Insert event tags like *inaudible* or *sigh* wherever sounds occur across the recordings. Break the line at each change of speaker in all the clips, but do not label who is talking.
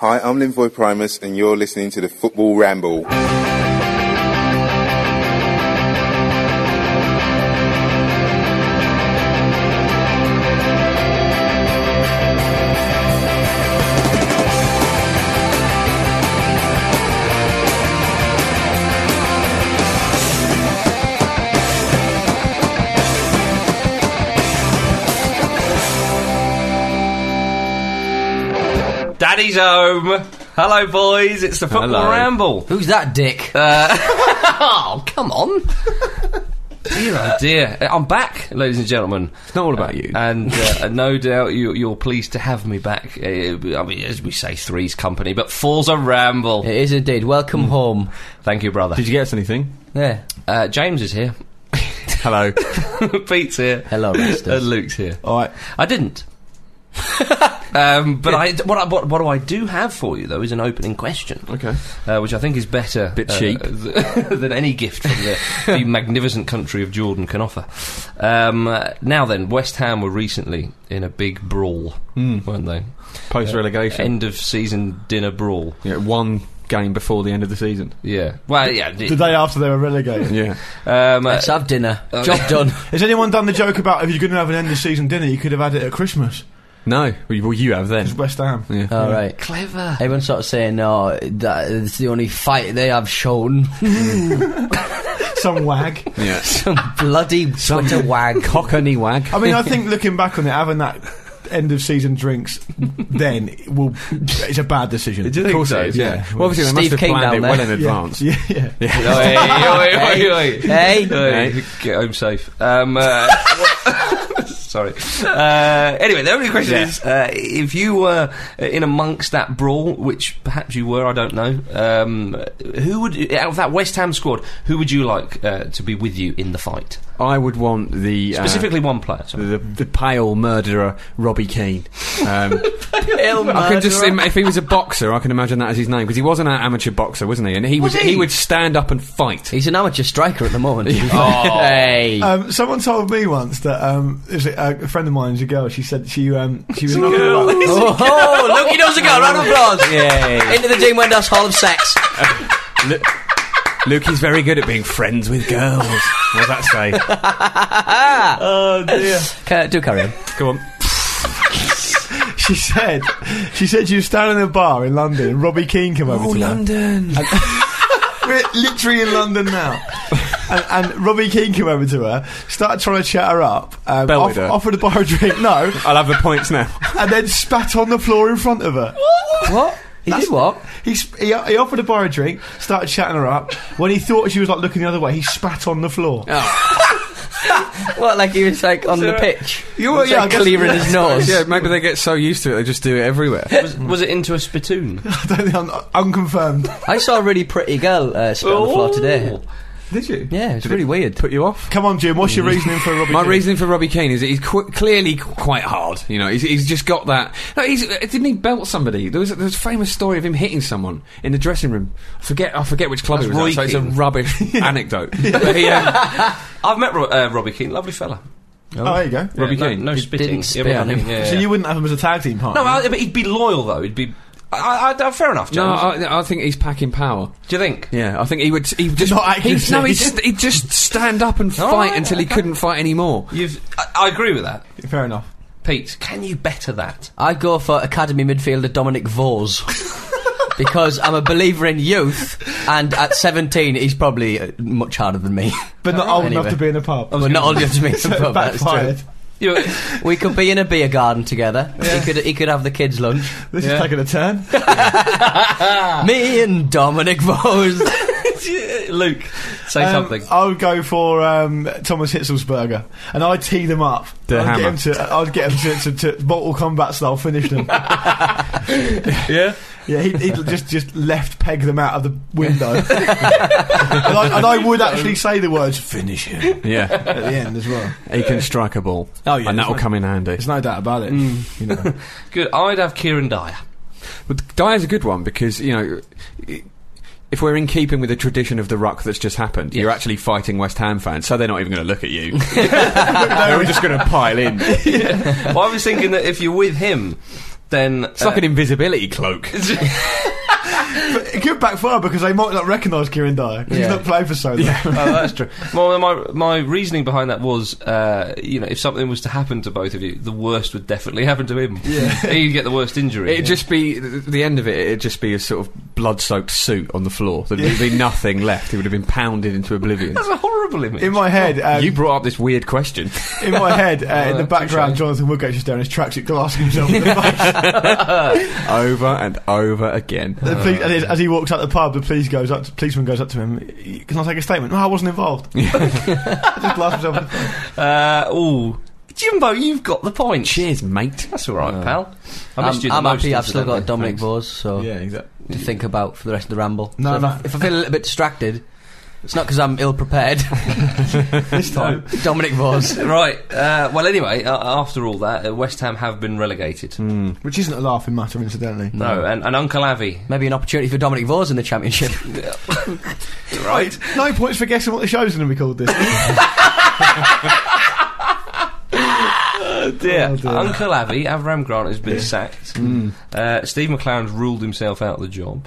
Hi, I'm Linvoy Primus, and you're listening to the Football Ramble.
Daddy's home. Hello, boys. It's the football
Hello.
ramble. Uh,
Who's that dick?
*laughs*
oh, come on.
Dear, oh dear. Uh, I'm back, ladies and gentlemen.
It's not all about you.
*laughs* And uh, no doubt you, you're pleased to have me back. Uh, I mean, as we say, three's company, but four's a ramble. Hmm.
it is indeed. Welcome home.
Thank you, brother.
Did you get us anything?
Yeah.
Uh, James is here.
Hello.
*laughs* Pete's here.
Hello,
*laughs*
Masters.
And Luke's here.
All right.
I didn't. um, but I, what, I, what, what do I do have for you though is an opening question.
Okay.
uh, which I think is better
Bit
uh, *laughs*
cheap.
th- than any gift from the, the magnificent country of Jordan can offer. Um, uh, now then, West Ham were recently in a big brawl, weren't they?
Post relegation.
End of season dinner brawl.
yeah, one game before the end of the season.
Yeah. Well, yeah.
The day after they were relegated.
Yeah.
um, uh,
Let's have dinner.
*laughs*
Job done.
Has anyone done the joke about if you're going to have an end of season dinner, you could have had it at Christmas?
No. Well, you- well, you have then.
It's West Ham.
Yeah.
All right.
clever.
Everyone's sort of saying, no, that is the only fight they have shown. *laughs*
Some wag.
yeah.
Bloody Twitter wag.
Cockney wag.
I mean, I think looking back on it, having that end of season drinks then it will it's a bad decision.
Do you think
Of course
so?
it is,
Yeah. Well, obviously they must
Steve
have
King
planned
down
it
there.
well in advance.
Yeah, yeah.
Oi, oi, oi, oi.
Hey.
Hey, Get home safe. Um, uh, *laughs* sorry. Uh, anyway, the only question is uh, if you were in amongst that brawl, which perhaps you were, I don't know, um, who would, out of that West Ham squad, who would you like uh, to be with you in the fight?
I would want the uh,
Specifically, one player.
the,
Sorry.
the, the pale murderer Robbie Keane. Um, I can just im- if he was a boxer, I can imagine that as his name because he was an amateur boxer, wasn't he? And he
Was
would
he?
would stand up and fight.
He's an amateur striker at
*laughs*
the moment. to be
Oh.
fair.
*laughs*
*laughs* Hey.
Um, someone told me once that um, is it, uh, a friend of mine is a girl. She said she um, she was knocking about.
Oh, look, he knows a girl. Round of applause.
Yeah.
Into the Dean Windows Hall of Sex.
Luke is very good at being friends with girls. what does that say? Oh,
Ca- Do carry on.
Come on.
*laughs* She said she said she was standing in a bar in London. and Robbie Keane came over to her.
Oh, London.
We're literally in London now. And, and Robbie Keane came over to her, started trying to chat her up, um,
Belted
off,
her.
offered to buy her a drink, no,
I'll have the points *laughs* now.
and then spat on the floor in front of her.
What? He did what?
He, sp- he, he offered to buy her a drink, started chatting her up. When he thought she was like looking the other way, he spat on the floor.
What, like he was like on the pitch?
You
It's like clearing his nose.
Yeah, maybe they get so used to it they just do it everywhere.
*laughs* Was, was it into a spittoon?
*laughs*
I *laughs* don't think I'm unconfirmed.
I saw a really pretty girl uh, spit on the floor today.
*laughs*
Did you?
Yeah, it's really weird.
Put you off?
Come on, Jim. What's your reasoning for Robbie?
My
Keane?
reasoning for Robbie Keane is that he's qu- clearly qu- quite hard. You know, he's, he's just got that. No, he's, uh, didn't he belt somebody? There was, a, there was a famous story of him hitting someone in the dressing room. I forget, I forget which club
That's
it was.
Roy
At, so it's
Keane.
a rubbish anecdote. But he, um,
I've met Ro- uh, Robbie Keane, lovely fella.
Oh, there you go.
Robbie
no,
Keane.
no
He
spitting.
didn't
Yeah,
spit
Robbie
on him.
Keane, yeah,
So
yeah.
you wouldn't have him as a tag team partner?
No, I, but he'd be loyal though. He'd be. I, I, I, fair enough, James.
no, I, I think he's packing power.
Do you think?
Yeah, I think he would. He just
Not
he,
accuracy.
no, he'd just, he'd just stand up and
All
fight
right,
until he
okay.
couldn't fight anymore.
You've. I, I agree with that,
Fair enough.
Pete. Can you better that?
I go for academy midfielder
*laughs*
Dominic Vos. because I'm a believer in youth, and at 17, he's probably uh, much harder than me. *laughs*
But not old enough
Anyway.
to be in a pub.
We're not old enough
*laughs*
*laughs*
to meet him, but that's true.
Backfired.
You know,
We could be in a beer garden together. He could he could have the kids' lunch.
This is taking a turn.
Ah. *laughs*
Me and Dominic Vos.
*laughs* Luke. Say
Um,
something.
I would go for um, Thomas Hitzelsberger, and I'd tee them up.
The
I'd
hammer.
Get him to, I'd get him to, to, to Mortal Kombat style finish them.
*laughs* yeah.
yeah, he'd, he'd just just left peg them out of the window. *laughs* and, I, and I would actually say the words "finish him"
Yeah,
at the end as well.
he can strike a ball.
Oh, yeah,
and that'll
there's no-
come in handy.
There's no doubt about it.
Hmm.
You know.
Good. I'd have Kieran Dyer.
But Dyer's a good one because you know. i- If we're in keeping with the tradition of the ruck that's just happened, you're actually fighting West Ham fans, so they're not even going to look at you. *laughs* they're just going to pile in.
*laughs*
It's
well, I was thinking that if you're with him, then uh, it's
like an invisibility cloak.
*laughs*
It could backfire because they might not recognise Kieran Dyer. 'cause He's
Yeah.
not played for so long.
*laughs* oh, that's true. Well, my my reasoning behind that was, uh, you know, if something was to happen to both of you, the worst would definitely happen to him. Yeah, *laughs* he'd get the worst injury.
It'd just be th- the end of it. It'd just be a sort of blood-soaked suit on the floor. There'd be nothing left. It would have been pounded into oblivion.
that's a horrible image.
In my head, um,
you brought up this weird question.
in my head, uh, in the
touche.
background, Jonathan Woodgate's just down his tracksuit, glassing himself
*laughs*
in the face.
over and over again.
The police, and as, as he walks out the pub, the police goes up. To, policeman goes up to him. Can I take a statement? No, I wasn't involved. *laughs* I just blast myself.
uh, oh, Jimbo, you've got the point.
Cheers, mate. Uh,
That's all right, pal. I
Uh, I'm,
missed you. The
I'm
most
happy I've still got
incidentally.
Dominic
Thanks.
Vos so
exactly.
to think about for the rest of the ramble.
No,
So if
no.
I- If I feel a little bit distracted, it's not because I'm ill
*laughs*
prepared.
This time,
*laughs* Dominic Vos.
Right. Uh, well, anyway, uh, after all that, uh, West Ham have been relegated.
Mm.
which isn't a laughing matter, incidentally.
No, and, and Uncle Avi. *laughs*
Maybe an opportunity for Dominic Vos in the championship. *laughs*
Right.
No points for guessing what the show's going to be called. This.
dear.
Oh, dear.
Uncle Avi, Avram Grant has been sacked.
Mm.
Uh, Steve McLaren's ruled himself out of the job.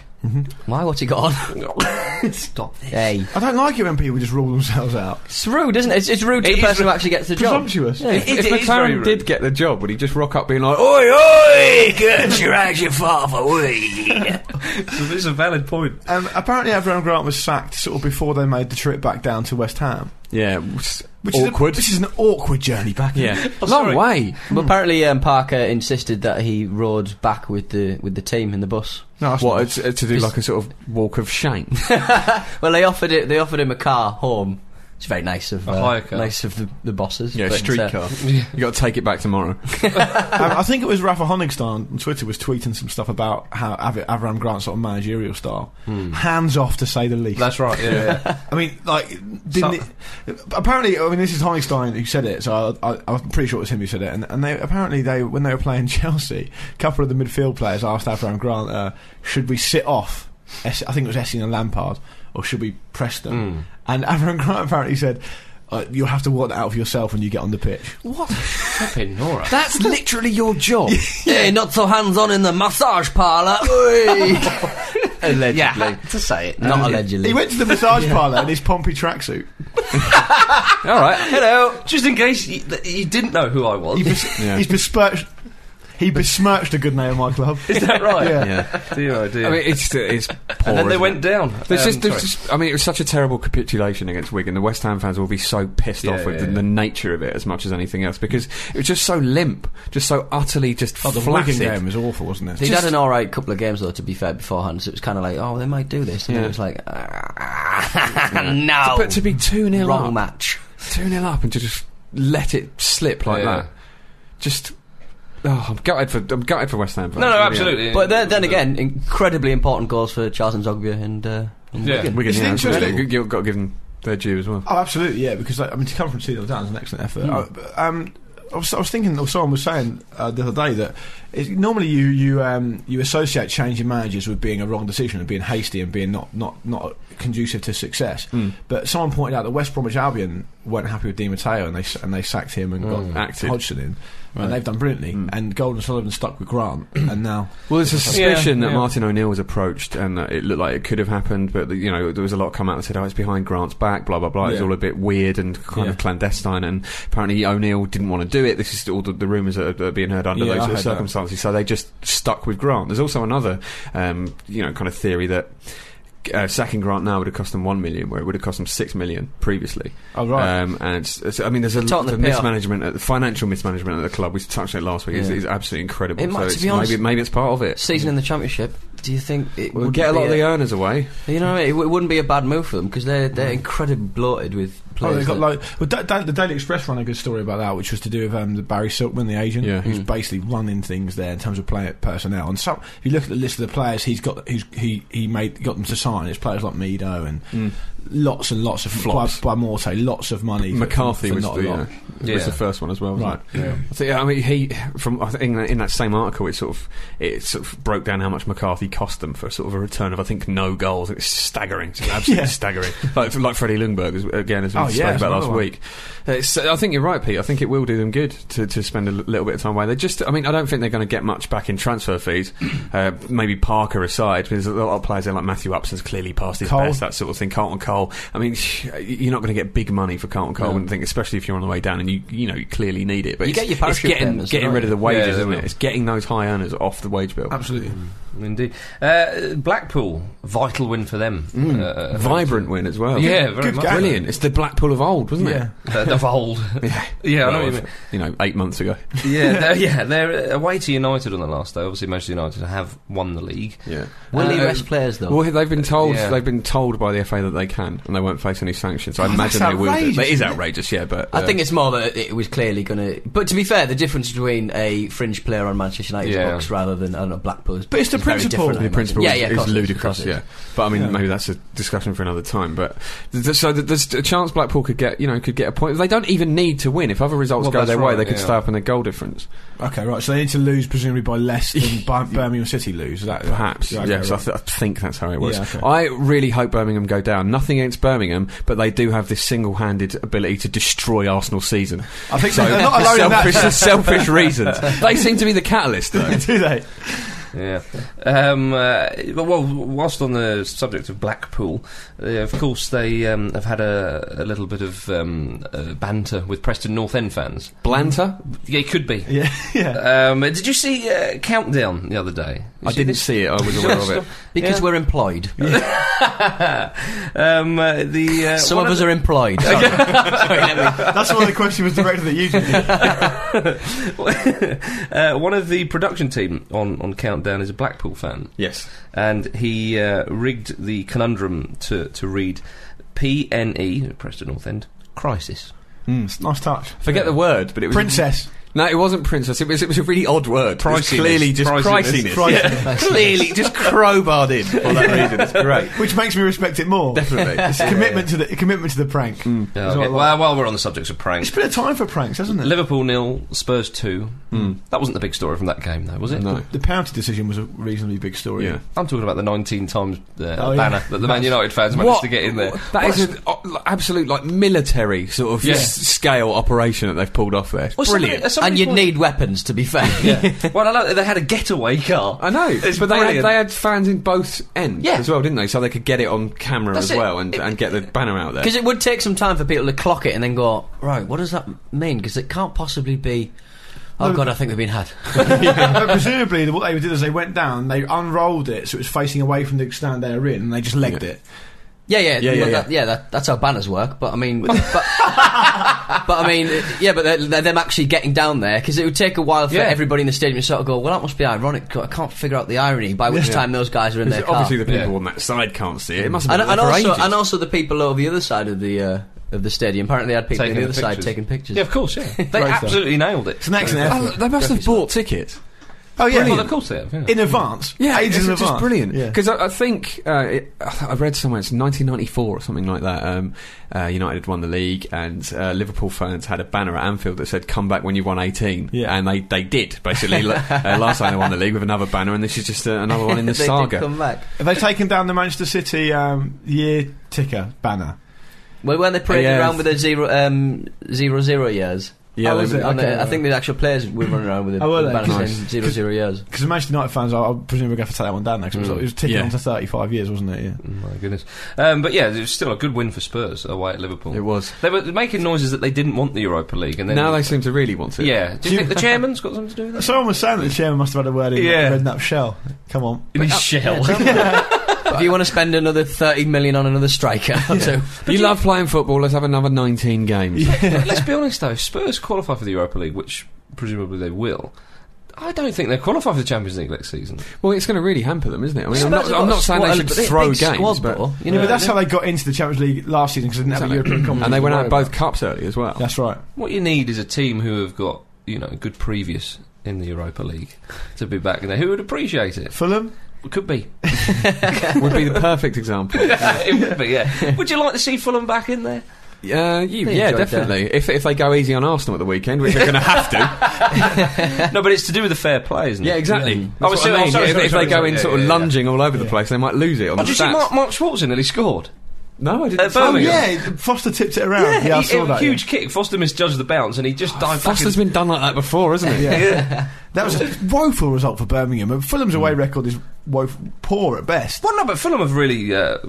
Why? What's he got on?
Stop this.
hey,
I don't like it when people just rule themselves out.
it's rude, isn't it? It's, it's rude to
It
the
is
person
ru-
who actually gets the job.
Presumptuous.
Yeah.
It- it
If
is very
McLaren
rude.
did get the job, would he just rock up being like, "Oh, "Oi,
oi, get your action far *laughs* away.
So this is a valid point.
Um, apparently, Avram Grant was sacked sort of before they made the trip back down to West Ham,
Yeah, which,
which
awkward.
Is a, which is an awkward journey back.
yeah,
Oh,
long
sorry.
way.
Well, apparently um, Parker insisted that he rode back with the with the team in
*laughs*
the bus.
No, that's
What
not-
it's, uh, to do like a sort of walk of shame?
Well, they offered it. They offered him a car home. It's very nice of
A
uh,
hire car.
nice of the, the
*laughs*
bosses.
yeah,
but, uh,
streetcar.
*laughs*
you got to take it back tomorrow.
um, I think it was Rafa Honigstein on Twitter was tweeting some stuff about how Av- Avram Grant's sort of managerial style, hands off to say the least.
That's right. Yeah. yeah.
I mean, like, didn't it, apparently? I mean, this is Honigstein who said it, so I, I, I'm pretty sure it was him who said it. And, and they apparently they when they were playing *laughs* Chelsea, a couple of the midfield players asked Abraham Grant, uh, "Should we sit off?" Es- I think it was Essien and Lampard, or should we press them? And Abraham *laughs* Grant apparently said. Uh, you'll have to work that out for yourself when you get on the pitch.
Flipping Nora.
That's literally your job.
Hey, not so hands on in the massage
*laughs*
parlour. allegedly,
to say it.
not allegedly.
He went to the massage parlour in his Pompey tracksuit.
All right. Hello. Just in case you, that you didn't know who I
*laughs*
was.
He bes-
Yeah.
He's besmirched. He besmirched a good name of my club.
is that right?
Yeah.
*laughs*
yeah,
Dear, oh dear.
I mean, it's it's. Poor,
and then they
isn't
went
it?
down.
There's
Um,
just, there's
sorry.
just, I mean, it was such a terrible capitulation against Wigan. The West Ham fans will be so pissed
Yeah,
off with
yeah,
the,
yeah.
the nature of it as much as anything else because it was just so limp, just so utterly just
Oh, the
flaccid.
Wigan game was awful, wasn't it?
They'd
Just-
had an alright couple of games though, to be fair, beforehand. So it was kind of like, oh, they might do this, and then
Yeah.
it was like, ah, *laughs* no,
But to be two 0
wrong
up,
match.
two 0 up, and to just let it slip like
Yeah.
that, just. Oh, I'm gutted for I'm gutted for West Ham. fans.
No, no,
Really am.
absolutely.
But then, then again, incredibly important goals for Charles Nzogbia and. Uh, and
Yeah.
Wigan.
Wigan,
Isn't it
yeah,
interesting?
absolutely. You've got to give them their due as well.
Oh, absolutely, yeah. Because like, I mean, to come from two 0 down is an excellent effort. I, but, um, I was, I was thinking, or someone was saying uh, the other day that it's, normally you you um, you associate changing managers with being a wrong decision and being hasty and being not not not conducive to success. But someone pointed out that West Bromwich Albion weren't happy with Di Matteo and they s- and they sacked him and got
Acted.
Hodgson in, and they've done brilliantly. And Golden Sullivan stuck with Grant, and now
Well, there's a suspicion
Yeah,
that
yeah.
Martin O'Neill was approached and that it looked like it could have happened, but you know there was a lot come out that said, "Oh, it's behind Grant's back," blah blah blah. It's
Yeah.
all a bit weird and kind of
Yeah.
clandestine, and apparently O'Neill didn't want to do it. This is all the, the rumours that are, that are being heard under
Yeah, I
those sort
heard
of
that.
circumstances. So they just stuck with Grant. There's also another, um, you know, kind of theory that. Uh, sacking Grant now would have cost them one million, where it would have cost them six million previously.
Oh, right.
Um, and it's, it's- I mean, there's a lot
Tottenham
of
PR.
mismanagement, at the financial mismanagement at the club. We touched on it last week. Is,
Yeah.
is absolutely incredible.
It
so
might- to
it's-
be honest-
maybe, maybe it's part of it.
Season in the championship, do you think it
We'll
would
get a lot of
be
the earners away.
You know, what I mean? it w- wouldn't be a bad move for them because they're they're incredibly bloated with
Oh,
players.
they got
that-
like well, da- da- the Daily Express ran a good story about that, which was to do with um, the Barry Silkman, the agent,
Yeah. Hmm.
who's basically running things there in terms of player personnel. And so, if you look at the list of the players he's got, he's, he he made got them to sign. It's players like Meadow and lots and lots of
Hmm. Flops.
by, by Morte, lots of money. for-
McCarthy
for
was
not
the,
a lot.
yeah, was
Yeah.
the first one as well, wasn't
Right.
it? I think- I mean, he from I think in that, in that same article, it sort of it sort of broke down how much McCarthy cost them for sort of a return of I think no goals. It's staggering,
*laughs*
it's absolutely
Yeah.
staggering. Like like Freddie Lundberg as, again, as we
Oh, yeah,
spoke
that's
about last
another one.
week. Uh, It's, I think you're right, Pete. I think it will do them good to, to spend a l- little bit of time away. They just, I mean, I don't think they're going to get much back in transfer
*clears throat*
fees. Uh, maybe Parker aside, because a lot of players there like Matthew Upson's clearly past his
Cole.
best, that sort of thing. Carlton Cole. I mean, you're not going to get big money for Carlton Cole, I wouldn't think, especially if you're on the way down and you, you know, you clearly need it. But
You
it's-
get your parachute
it's getting,
payments,
getting
don't
rid of the
you?
wages,
Yeah, they
isn't
will.
it? It's getting those high earners off the wage bill.
Absolutely.
Indeed. Uh, Blackpool, vital win for them.
Mm.
Uh,
Vibrant win as well.
Yeah, very
Good
much.
game.
Brilliant. It's the Blackpool of old, wasn't
Yeah.
Uh, of old.
it?
*laughs* Yeah, I know
Well,
what you mean.
you know, eight months
*laughs*
ago.
Yeah, they're, yeah, they're uh, away to United on the last day. Obviously, Manchester United have won the league.
Yeah.
will he
Uh,
rest players though?
Well, they've been told
Yeah.
they've been told by the FA that they can, and they won't face any sanctions. So I
that's
imagine they will. do.
outrageous,
That is
isn't it?
outrageous, yeah. But
I think
uh,
it's more that it was clearly going to. But to be fair, the difference between a fringe player on Manchester United's
Yeah.
box rather than I don't know Blackpool. is-
But it's the
is very
principle.
different, I
the principle
imagine.
is,
yeah,
is
yeah, of course it of
ludicrous,
course it
yeah.
is.
But I mean,
Yeah.
maybe that's a discussion for another time. But th- th- so th- there's a chance Blackpool could get, you know, could get a point. They don't even need to win. If other results
Well,
go
that's
their way,
right,
they could
yeah.
stay up in their goal difference,
Okay, right. So they need to lose presumably by
*laughs*
less than Bir- Birmingham City lose. Is that
perhaps.
Yeah,
Yes,
okay,
I,
right.
th- I think that's how it was.
Yeah, okay.
I really hope Birmingham go down. Nothing against Birmingham, but they do have this single-handed ability to destroy Arsenal season.
I think
So
they're not alone in
selfish,
that.
selfish reasons. They seem to be the catalyst, though.
*laughs* Do they? *laughs*
Yeah. Um, uh, well, whilst on the subject of Blackpool, uh, of course they um, have had a, a little bit of um, uh, banter with Preston North End fans.
Blanta?
Yeah, it could be.
Yeah, yeah.
Um, did you see uh, Countdown the other day? You
I
see
didn't
this?
see it. I *laughs* was aware of it.
Because
Yeah.
we're employed.
um, uh, the uh,
Some
one
of us are employed.
That's why the question was directed at you. Jimmy.
uh, one of the *laughs* production team on, on Countdown is a Blackpool fan,
*laughs* Yes.
and he uh, rigged the conundrum to to read PNE Preston North End crisis.
Hmm, nice touch.
Forget the word, but it was
Princess.
No, it wasn't princess. It was it was a really odd
Uh,
word. It was
Priciness.
clearly just
Priciness.
priciness. Yeah. *laughs* clearly just crowbarred in for that reason. It's great.
*laughs* Which makes me respect it more.
Definitely.
*laughs*
Mm.
It's a commitment to the a commitment to the prank.
Yeah,
That's
okay.
what I like.
Well, while we're on the subject of pranks,
*laughs*
It's been a time for pranks, hasn't it?
Liverpool nil, Spurs two. That wasn't the big story from that game, though, was it?
Hmm. No.
The penalty decision was a reasonably big story.
Yeah.
I'm talking about the 19 times uh,
Oh, yeah.
banner that the Man United fans managed to get in there.
That is an o- like, absolute like military sort of
Yeah.
s- scale operation that they've pulled off there. It's
Well, somebody-
Brilliant.
uh, somebody
and you'd
called-
need weapons, to be fair.
*laughs*
Yeah.
*laughs* Well, I know they had a getaway car.
I know,
It's
but they had,
brilliant.
they had fans in both ends
Yeah.
as well, didn't they? So they could get it on camera
That's
as
it.
well and, and get the banner out there.
Because it would take some time for people to clock it and then go, right, what does that mean? Because it can't possibly be. Oh god, I think we've been had.
*laughs* but presumably, what they did is they went down, they unrolled it so it was facing away from the stand they were in, and they just legged it.
Yeah, yeah,
Yeah, yeah,
well,
yeah.
That, yeah that, that's how banners work. But
*laughs*
I mean, but, but I mean, yeah, but they're, they're them actually getting down there because it would take a while for
Yeah.
everybody in the stadium to sort of go, well, that must be ironic. 'cause I can't figure out the irony by which time those guys are in their car.
Obviously, the people
Yeah.
on that side can't see it. It must have
and,
been
and
there for
also,
ages.
and also the people over the other side of the uh, of the stadium. Apparently, they had people on the other side
pictures.
taking pictures. *laughs*
Yeah, of course, yeah. They
Great stuff.
absolutely nailed it.
It's an excellent
Oh,
effort.
they must have bought tickets.
Oh yeah,
Well, of course they have, yeah.
in advance.
Yeah,
ages
it's
in
just
advance.
brilliant.
Yeah.
Because I, I think uh, it, I read somewhere it's 1994 or something like that. Um, uh, United had won the league, and uh, Liverpool fans had a banner at Anfield that said "Come back when you won 18,"
Yeah.
and they, they did basically. Li-
*laughs*
uh, last time they won the league with another banner, and this is just uh, another one in the
they Did
saga.
come back.
Have they taken down the Manchester City um, year ticker banner?
Well, when they paraded
Uh, Yeah.
around with their zero um, zero zero years.
Yeah,
Oh,
they-
was it?
And, uh,
Okay,
I think the actual players were running around with it.
Oh, were
with
they?
banners
Nice.
saying zero zero years.
Because the Manchester United fans, I, I presume we're going to have to take that one down now because it was ticking
Yeah.
on to 35 years, wasn't it? Yeah.
Oh, My goodness. Um, but yeah, it was still a good win for Spurs away at Liverpool.
it was.
They were making noises that they didn't want the Europa League, and then
Now they seem to really want
*laughs*
it.
yeah.
*laughs*
Do you think the chairman's got something to do with that?
Someone was saying that the chairman must have had a word in
Yeah.
yeah. Redknapp Shell. Come on.
In his shell.
if you want to spend another 30 million on another striker *laughs* or two.
you, love playing football. Let's have another 19 games.
Let's be honest though, if Spurs qualify for the Europa League, which presumably they will. I don't think they're qualified for the Champions League next season.
Well, it's going to really hamper them, isn't it? I mean,
Yeah,
I'm
but
not,
they've
I'm
got a
not saying
squad-
they
a
should
big- big
throw
squad,
games,
bro.
but
you
Yeah,
know,
but that's how they got into the Champions League last season because they didn't have a European *coughs* competition.
and they
to
went out
worry
of both
about.
cups early as well.
That's right.
What you need is a team who have got you know good previous in the Europa League *laughs* to be back in there. Who would appreciate it?
Fulham.
It could be.
would be the perfect example.
*laughs* it would be. Yeah. Would you like to see Fulham back in there?
Uh, you,
They
yeah,
enjoyed
definitely. If if they go easy on Arsenal at the weekend, which they're going to have to.
No, but it's to do with the fair play, isn't it?
Yeah, exactly.
Yeah.
That's what
sorry,
I mean.
sorry,
if,
sorry,
if
sorry,
they go
sorry.
in
Yeah,
sort of
yeah, yeah.
lunging all over the place, they might lose it on
Oh,
the
did you see
stats.
Mark, Mark Schwarzer nearly scored?
No, I
At
didn't. see
Oh
Birmingham.
it.
yeah, Foster tipped it around. Yeah, I
he-
saw
a
that.
huge kick. Foster misjudged the bounce, and he just dived
Foster's
back.
been done like that before, isn't it?
Yeah.
Yeah.
That was a woeful result for Birmingham. And Fulham's away record is woef- poor at best.
Well, no, but Fulham have really uh,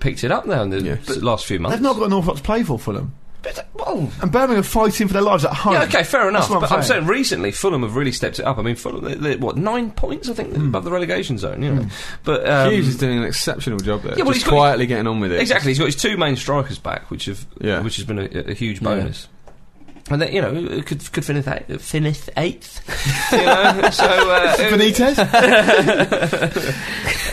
picked it up now in the
Yeah.
s- last few months.
They've not got an awful lot to play for Fulham,
But, uh, well,
and Birmingham are fighting for their lives at home.
yeah, okay, fair enough.
That's what
but I'm saying recently, Fulham have really stepped it up. I mean, Fulham, they they what nine points? I think
Hmm.
they're above the relegation zone. You know, but um,
Hughes is doing an exceptional job there.
Yeah, well, he's
just
got-
quietly getting on with it.
Exactly, he's got his two main strikers back, which have
Yeah.
which has been a, a huge bonus. And then you know it could could finish eighth. Finish eighth. you know, so
*laughs*
uh,
Benitez.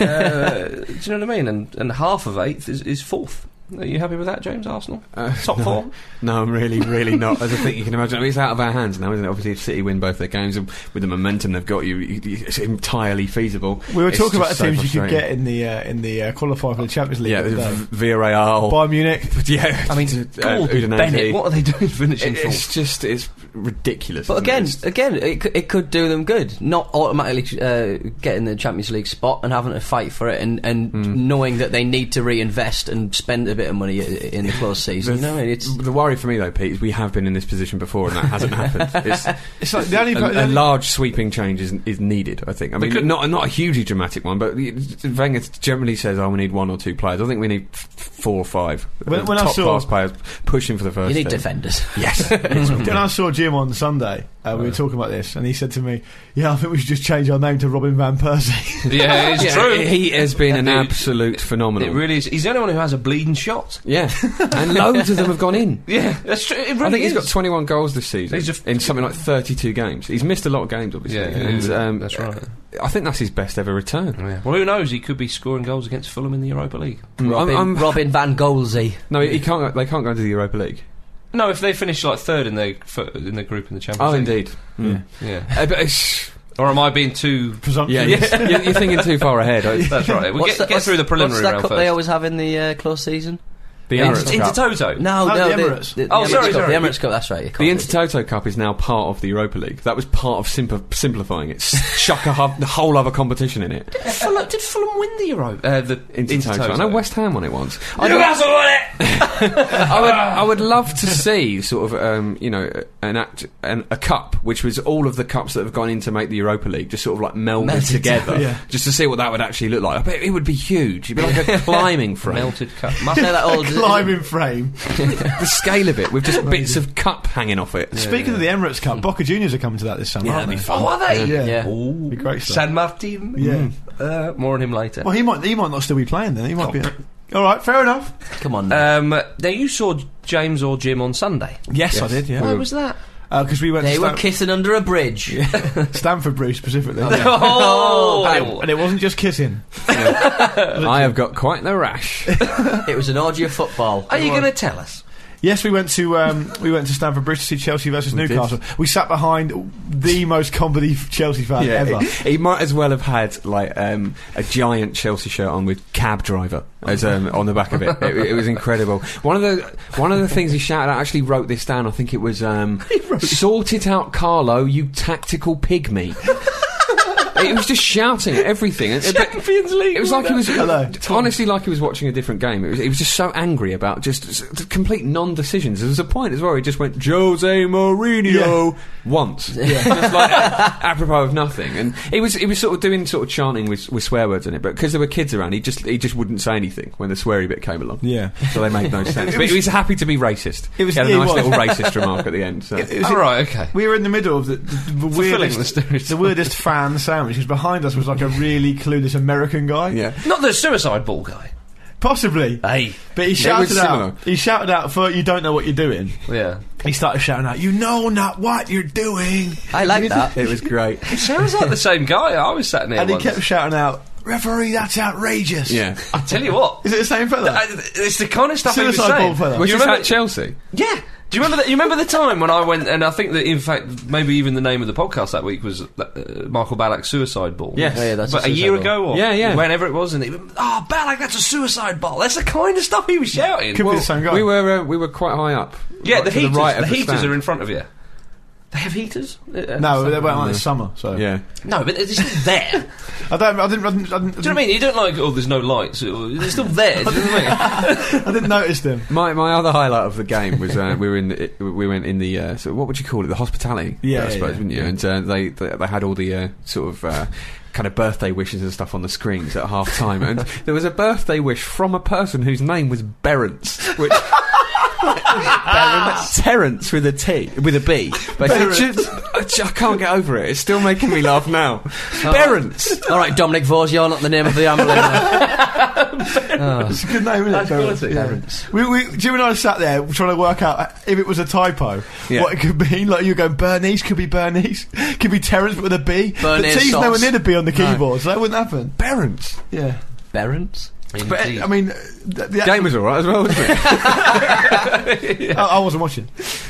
*laughs* uh, do you know what I mean? And and half of eighth is, is fourth. Are you happy with that, James? Arsenal
Uh,
top
*laughs* no.
four.
No, I'm really, really not. As I think you can imagine, I mean, it's out of our hands now, isn't it? Obviously, if City win both their games and with the momentum they've got, you, you it's entirely feasible.
we were
It's
talking about the
just so
teams you could
frustrating.
get in the uh, in the uh, qualifier for the Champions League.
Yeah,
the other day.
v- Villarreal.
Bayern Munich.
*laughs* Yeah, *laughs*
I mean,
uh,
Gordon
Udinese.
Bennett. What are they
*laughs*
doing finishing
It-
fourth?
it's just it's ridiculous.
But
isn't
again,
it? It's-
again, it, cou- it could do them good. Not automatically uh, getting the Champions League spot and having to fight for it, and, and
Hmm.
knowing that they need to reinvest and spend a bit of money i- in
*laughs*
the close season. you know, it's
the worry for me though, Pete, is we have been in this position before and that
*laughs*
hasn't happened. It's,
It's like the only. the
a, a
only-
large sweeping change is, is needed. I think. I mean,
could-
not not a hugely dramatic one, but y- Wenger generally says, "Oh, we need one or two players." I think we need f- four or five uh,
When- when I
top
saw-
class players pushing for the first.
you need
team.
*laughs*
defenders.
Yes.
when I saw Jim on Sunday, uh, we were talking about this, and he said to me, "Yeah, I think we should just change our name to Robin van Persie." *laughs*
Yeah, it's
Yeah,
true.
He has been an
Dude,
absolute phenomenal.
it really is. He's the only one who has a bleeding shot.
yeah,
*laughs*
and loads of them have gone in.
Yeah, that's true. It really
I think
is.
he's got 21 goals this season
He's just-
in something like 32 games. He's missed a lot of games, obviously.
Yeah,
and,
yeah,
um,
that's right. Oh,
I think that's his best ever return.
Yeah. Well, who knows? He could be scoring goals against Fulham in the Europa League.
Robin,
I'm- I'm-
Robin van Golsey.
No, he can't. go- They can't go into the Europa League.
No, if they finish like third in their fir- in their group in the Champions
Oh,
League.
indeed. Mm.
Yeah.
Uh, but it's-
Or am I being too?
yeah,
Presumptuous.
you're, you're- you're thinking too far *laughs* ahead. I-
That's right. We
What's
get,
that-
get
what's-
through the preliminary
What's that
round
cup
first.
they always have in the uh, close season?
the
Inter-
Arab Cup.
Intertoto.
No,
Oh,
no,
the
the
Emirates.
the- the
Oh,
Emirates
sorry,
Cup,
sorry.
the Emirates Cup. That's right. you
The
can't-
Intertoto Cup is now part of the Europa League. That was part of simp- simplifying it. *laughs* Shuck a hu- the whole other competition in it.
Did Fulham, did Fulham win the Euro? Uh, the
Intertoto. I know West Ham won it once. I don't-
Newcastle won it.
I would, I would love to see sort of, um, you know, an act, an, a cup, which was all of the cups that have gone in to make the Europa League, just sort of like melded,
Melted
*laughs* together,
yeah.
just to see what that would actually look like. I bet it would be huge. It'd be like *laughs* a climbing frame.
Melted cup. Must
Say that old-
Climbing frame.
The scale of it, with just bits of cup hanging off it.
Speaking of the Emirates Cup, Boca Juniors are coming to that this summer. aren't they?
Oh, are they?
Yeah.
Yeah.
Ooh.
Be great stuff.
San Martin.
Yeah.
Uh, more on him later.
Well, he might he might not still be playing then. He might be. All right, fair enough.
*laughs* Come on. now.
Um, now you saw James or Jim on Sunday.
Yes, I did. Yeah,
Where was that?
because we went
they
to
were
Stan-
kissing under
*laughs*
a bridge.
Stamford Bridge specifically.
Oh,
And, it, and it wasn't just kissing.
I
uh,
have got quite the rash.
it was an orgy of football.
are you going to tell us?
Yes, we went to um, we went to Stamford Bridge to see Chelsea versus Newcastle. We sat behind the most comedy Chelsea
*laughs*
fan ever.
he, he might as well have had like um, a giant Chelsea shirt on with cab driver as um, on the back of it. it. It was incredible. One of the one of the things he shouted out. I actually wrote this down. I think it was um, "Sort it out, Carlo, you tactical pygmy." It was just shouting at everything. It- it- but
Champions League.
It was like he was
Hello.
honestly like he was watching a different game. It was, he was just so angry about just s- the complete non-decisions. There was a point as well. where He just went Jose Mourinho once, just like a- apropos of nothing. And he was he was sort of doing sort of chanting with, with swear words in it, but because there were kids around, he just he just wouldn't say anything when the sweary bit came along.
Yeah.
so they made no
*laughs*
sense. but he was happy to be racist.
It was-
he had a
yeah, he
nice
was.
little
*laughs*
racist remark at the end. So.
It was-
All right. Okay.
We were in the middle of the, the, the weirdest
the stereotype.
the weirdest fan sandwich because behind us was like a really clueless American guy.
yeah.
Not the suicide ball guy.
Possibly.
Hey.
But he
was
shouted
similar.
out. He shouted out for you don't know what you're doing.
Yeah.
He started shouting out, "You know not what you're doing,"
I like that.
It was great.
It sounds like the same guy. I was sat near
and he
once.
kept shouting out, "Referee, that's outrageous."
Yeah.
I tell you what.
Is it the same fella?
I- It's the kind of stuff he was
Suicide
saying.
bomb fella.
Do
Was
you
this
remember-
at Chelsea?
Yeah. Do you remember that? You remember the time when I went, and I think that in fact maybe even the name of the podcast that week was uh, Michael Ballack's suicide ball.
Yes.
Oh, yeah, that's
but a
suicide
year
ball.
ago or
Yeah, yeah.
whenever it was, and he went, oh Ballack, that's a suicide ball. That's the kind of stuff he was shouting.
Could be the same guy.
We were uh, we were quite high up.
yeah,
Right
the
to
heaters, the,
right of
heaters
stand.
are in front of you. They have heaters? Uh,
no, they weren't like this summer. So
Yeah.
no, but it's still there.
I don't. I didn't. I didn't, I didn't,
Do you know what I mean? You don't like, oh, there's no lights. or- They're still there. Do you know what I mean?
I didn't notice them.
My my other highlight of the game was uh, we were in the, we went in the uh, so what would you call it the hospitality
Yeah,
I
yeah,
suppose
yeah.
wouldn't you and uh, they, they they had all the uh, sort of uh, kind of birthday wishes and stuff on the screens at half time and there was a birthday wish from a person whose name was Berence which Berence Terence with a T with a B but I said, "Just- I, just- I can't get over it it's still making me laugh now
Uh,
Berence
All right, Dominic Vos, you're not the name of the
*laughs*
ambulance.
It's a good name, isn't it? Terrence? Yeah. We, we, Jim and I sat there trying to work out uh, if it was a typo,
Yeah.
what it could be. Like you go, Bernice could be Bernice, could be Terence but with a B.
Bernice
the T's nowhere
sauce.
near the B on the keyboard, so that wouldn't happen.
Berence
Yeah,
Berends?
but uh, I mean, uh, the, the
game was alright as well wasn't it
I, I wasn't watching.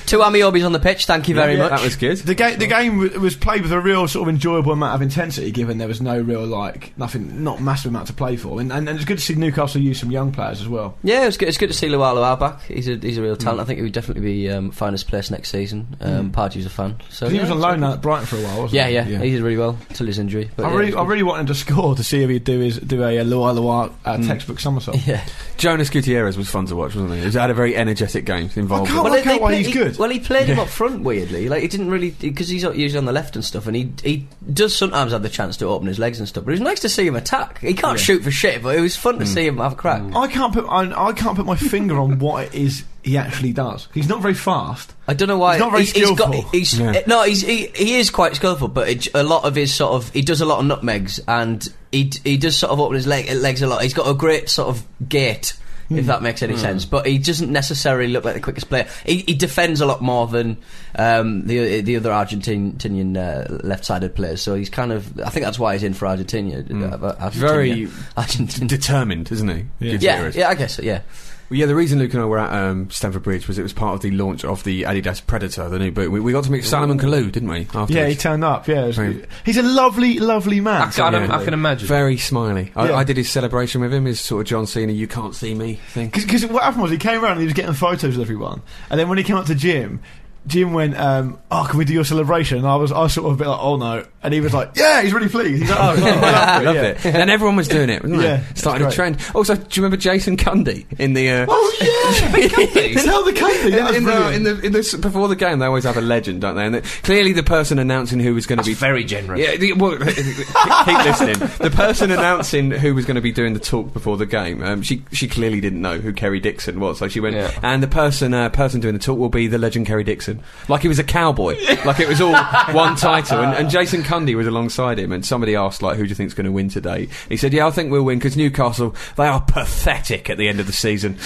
Two Amiobis on the pitch, thank you very
Yeah,
much.
that was good
The game, the game w- was played with a real sort of enjoyable amount of intensity, given there was no real like nothing, not massive amount to play for, and and, and it's good to see Newcastle use some young players as well.
Yeah, it's good. It's good to see Lualu Al back. He's a he's a real
Mm.
talent. I think he would definitely be um, find his place next season. Um, Pardew's a fan, so
'Cause Mm. he
yeah,
was on
it's
loan
okay.
now at Brighton for a while, wasn't
Yeah,
he?
yeah, he did really well till his injury. But
I
yeah,
really,
it's
I really wanted to score to see if he'd do his do a, uh Loa Loa uh,
Mm.
textbook
*laughs*
somersault.
good. *laughs* yeah.
Jonas Gutierrez was fun to watch, wasn't he? He had a very energetic game involved.
I can't- like how why he's
he-
good.
Well, he played him up front weirdly. Like he didn't really because he's usually on the left and stuff, and he he does sometimes have the chance to open his legs and stuff. But it was nice to see him attack. He can't shoot for shit, but it was
Mm.
fun to see him have a crack.
I can't put I, I can't put my finger on what it is he actually does. He's not very fast.
I don't know why
He's not very
he's got-
skillful.
he's-
Yeah.
eh, no, he's he, he is quite skillful, but it, a lot of his sort of he does a lot of nutmegs and he d- he does sort of open his leg, legs a lot. He's got a great sort of gait. If that makes any sense, but he doesn't necessarily look like the quickest player. He, he defends a lot more than um, the the other Argentinian uh, left-sided players. So he's kind of. I think that's why he's in for Argentina. uh, Argentina.
Very-
*laughs* Argentina.
Determined, isn't he?
Yeah,
Gutierrez.
yeah, I guess so. Yeah,
Well, yeah, the reason Luke and I were at um, Stamford Bridge was it was part of the launch of the Adidas Predator, the new boot. We, we got to meet Salomon Kalou, didn't we? Afterwards.
Yeah, he turned up. Yeah, it was-
Right.
he's a lovely, lovely man.
I, can,
Yeah.
I can imagine.
very smiley. I,
Yeah.
I did his celebration with him, his sort of John Cena, you can't see me thing.
Because what happened was he came around and he was getting photos with everyone, and then when he came up to Jim, Jim went, um, "Oh, can we do your celebration?" And I was, I was sort of a bit like, "Oh no," and he was like, "Yeah," he's really pleased. He's like,
*laughs*
"Oh,
*laughs*
well,
I
well,
loved
yeah."
it. And everyone was doing it, wasn't
Yeah,
they?
it's
Started a
great.
trend. Also, do you remember Jason Cundy in the. Uh, *laughs*
*laughs* Oh
*laughs*
yeah, They held the company.
in,
That was
in the, uh,
brilliant.
in the in this before the game, they always have a legend, don't they? And the, clearly, the person announcing who was going
That's
to be
very generous.
Yeah, the, well, *laughs* keep keep listening. The person announcing who was going to be doing the talk before the game, um, she she clearly didn't know who Kerry Dixon was, so she went.
Yeah.
And the person uh, person doing the talk will be the legend Kerry Dixon, like he was a cowboy, like it was
*laughs*
all one title. And, and Jason Cundy was alongside him, and somebody asked like, "Who do you think's going to win today?" He said, "Yeah, I think we'll win because Newcastle they are pathetic at the end of the
*laughs*
season."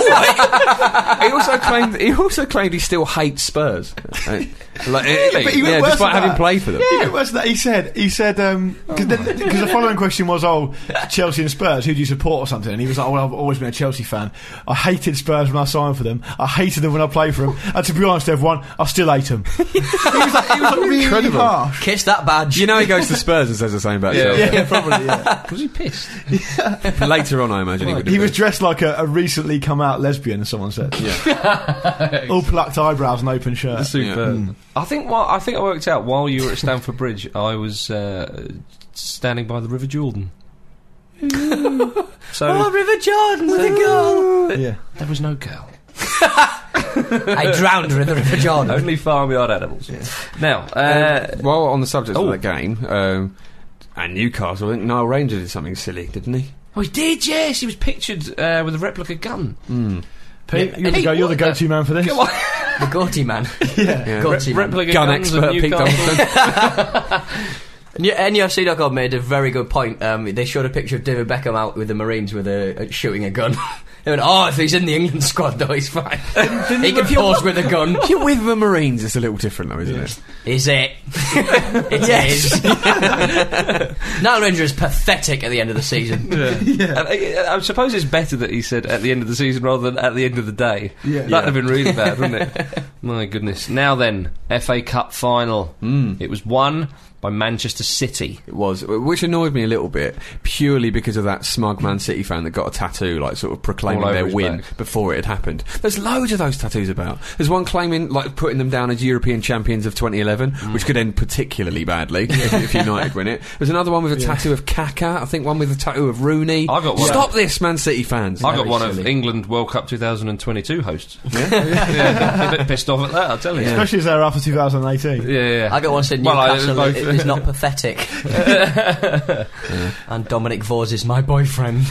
he also claimed he also claimed he still hates
*laughs*
Spurs. Uh, like, really?
But he went
yeah,
worse
despite
than
having
that.
played for them.
Yeah, it was that he said. He said because the following question was, "Oh, Chelsea and Spurs, who do you support or something?" And he was like, oh, "Well, I've always been a Chelsea fan. I hated Spurs when I signed for them. I hated them when I played for them. And to be honest, everyone, I still hate *laughs* them." he was like, he was like really
Incredible.
harsh.
kiss that badge.
You know he goes to Spurs and says the same about
Yeah.
yeah.
Yeah, probably. Yeah.
Was he pissed?
Later on, I imagine he would.
he was dressed like a, a recently come out lesbian. Someone said, *laughs* all plucked eyebrows and open shirt.
Superb.
Hmm.
I think while, I think I worked out while you were at Stamford Bridge, I was uh, standing by the River Jordan. Hmm. *laughs* Ah. so
oh, River Jordan with a goal.
Yeah.
there was no girl.
I
*laughs*
drowned in the River Jordan.
Only farmyard animals. Now, uh,
While on the subject
Oh.
of that game, um, and Newcastle, I think Niall Ranger did something silly, didn't *laughs* he?
oh, he did. Yes, he was pictured uh, with a replica gun.
Pete,
Yeah.
you're,
Hey,
the, go, you're the
what the-
go-to man for this.
*laughs* Come on,
the Gorty man.
*laughs*
Yeah.
Gorty man.
replica
Gun
guns of *laughs*
expert Pete
Newcastle.
Donaldson.
And yeah, NUFC.com made a very good point. Um, they showed a picture of David Beckham out with the Marines with a, a shooting a gun. *laughs* they went, "Oh, if he's in the England squad, though,
*laughs*
he's fine. he can pause with a gun."
If you're with the Marines, it's a little different, though, isn't it?
Is it? *laughs* it is. Nile Ranger is *laughs* pathetic at the end of the season.
*laughs* Yeah. And uh, I, I suppose it's better that he said at the end of the season rather than at the end of the day.
Yeah.
That'd
Yeah.
have been really bad, wouldn't
*laughs*
it? My goodness. Now then, FA Cup final. Mm. It was won by Manchester City.
It was, which annoyed me a little bit, purely because of that smug Man City fan that got a tattoo, like sort of
All
proclaiming
over
their
his
win
back.
before it had happened. There's loads of those tattoos about. There's one claiming, like, putting them down as European champions of 2011,
Mm.
which could end
*laughs*
particularly badly if, if United win it. There's another one with a tattoo of Kaká. I think one with a tattoo of Rooney.
I've got one.
Stop this, Man City fans.
I got one of England World Cup 2022
*laughs*
hosts. Yeah? a bit pissed off at that, I'll tell you. Yeah,
Especially as they're after 2018.
yeah, yeah.
I got one said
Well, I-
Newcastle
both-
it is not pathetic.
*laughs*
*laughs*
and Dominic Vors is my boyfriend.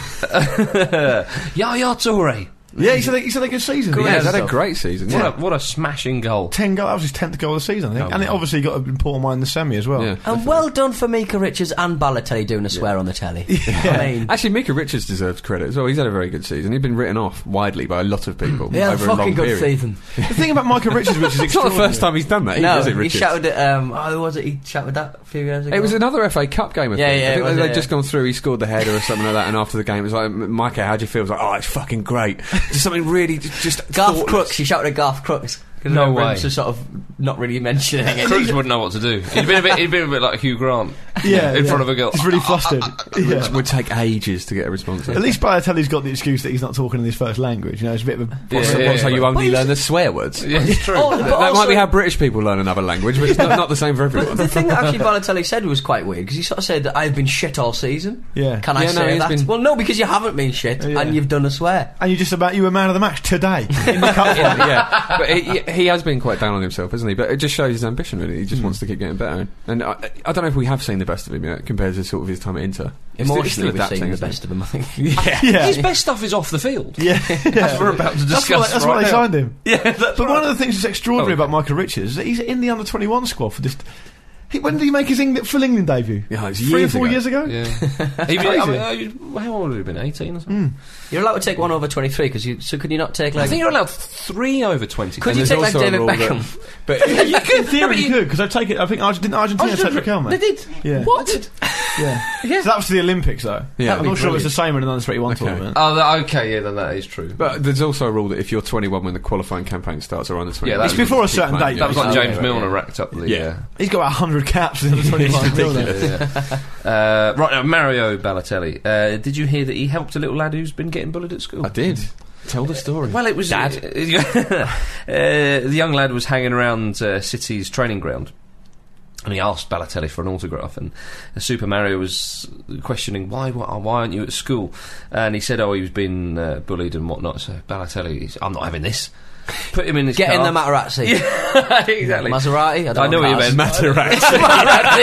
Yaya Toure.
Yeah, he said they, he said a good season.
Yeah,
Yeah,
he's had a
stuff.
great season.
What,
yeah.
a, what a smashing goal.
Ten goal. That was his tenth goal of the season, I think.
Oh,
and it
wow.
obviously got an important one in the semi as well.
Yeah.
and well done for Mika Richards and Balotelli doing a swear on the
*laughs*
telly. I mean,
Actually, Mika Richards deserves credit as well. He's had a very good season. He'd been written off widely by a lot of people
yeah,
over a long
fucking good
period. *laughs*
season.
The thing about Michael Richards,
*laughs*
which is
It's not the
extraordinary.
first time he's done that, either,
no,
is it,
he
Richards?
shouted at, um, oh, who was it? He shouted that a few years ago.
It was another FA Cup game, I
Yeah,
think.
yeah,
I think
it was,
they'd
yeah.
just gone through, he scored the header or something like that, and after the game, it was like, "M- Micah, how do you feel? It was like, oh, it's fucking great.
*laughs*
Just something really, j- just.
Garth
thoughtless.
Crooks. He shouted at Garth Crooks. 'Cause I
No
remember him
way.
Just sort of not really mentioning it.
Cruz wouldn't know what to do. He'd been a bit, he'd been a bit like Hugh *laughs* Grant
Yeah,
in
yeah.
front of a girl.
He's
*laughs*
really flustered. yeah.
It would take ages to get a response.
At least Balotelli's got the excuse that he's not talking in his first language. You know, it's a bit of a.
What's,
Yeah,
the-
yeah,
what's how
yeah.
you only
But-
learn the swear words?
Yeah, it's true.
Oh, but
*laughs* That
also-
might be how British people learn another language, but it's not, not the same for
*laughs*
everyone.
the thing that actually Balotelli said was quite weird because he sort of said that I've been shit all season.
Yeah.
Can I
Yeah, no,
say
he's
that?
been-
Well, no, because you haven't been shit
Yeah.
and you've done a swear.
And you just about you were man of the match today.
*laughs*
yeah, yeah. but he, he has been quite down on himself, hasn't he? But it just shows his ambition. Really, he just wants to keep getting better. And I, I don't know if we have seen the best of him yet compared to sort of his time at Inter. He's still- he's still
Emotionally, we've
adapting,
seen the
isn't he?
best of him. I think.
yeah, yeah.
His best stuff is off the field. *laughs*
yeah.
As we're about to
That's
discuss.
why, that's
right
why
now.
they signed him.
Yeah, that's
But
right.
one of the things that's extraordinary
Oh, okay.
about Michael Richards is that he's in the under 21 squad for this. He, when did he make his England, full England debut?
Yeah, it was
Three or
years
four
ago.
years ago?
Yeah. He was- I mean, uh, you- how old would he have been? 18 or something?
Hmm.
You're allowed to take one over 23 because you. So could you not take like?
I think you're allowed three over 20.
could
And
you
there's
take like
also a
David
rule that- *laughs*
Beckham?
But
*laughs*
you could, in theory, you could, because I take it. I think Arge- didn't Argentina take the Kelman.
They did.
Yeah.
What?
Yeah. So that was the Olympics, though.
Yeah.
I'm not sure it's the same in an under 21
Okay.
tournament.
Oh, that, okay, yeah, then that is true.
but there's also a rule that if you're 21 when the qualifying campaign starts, or under 21,
Yeah, that's- It's
before a
keep
certain
playing,
date,
that
yeah.
was like
Oh,
James
yeah,
Milner racked up the.
Yeah.
He's got about 100
*laughs*
caps in the
*laughs*
21
Uh,
tournament.
yeah. *laughs* Uh, right now, Mario Balotelli. Uh, did you hear that he helped a little lad who's been getting bullied at school?
I did. Tell the story.
Well, it was Dad. *laughs* uh, the young lad was hanging around uh, City's training ground. And he asked Balotelli for an autograph, and uh, Super Mario was questioning why why, why aren't you at school? And he said, "Oh, he was being uh, bullied and whatnot." So Balotelli, he's, I'm not having this. Put him in his
Get in
car. *laughs*
the Materazzi.
exactly.
Maserati. I, don't
I know what you
cars.
meant.
Matarazzi.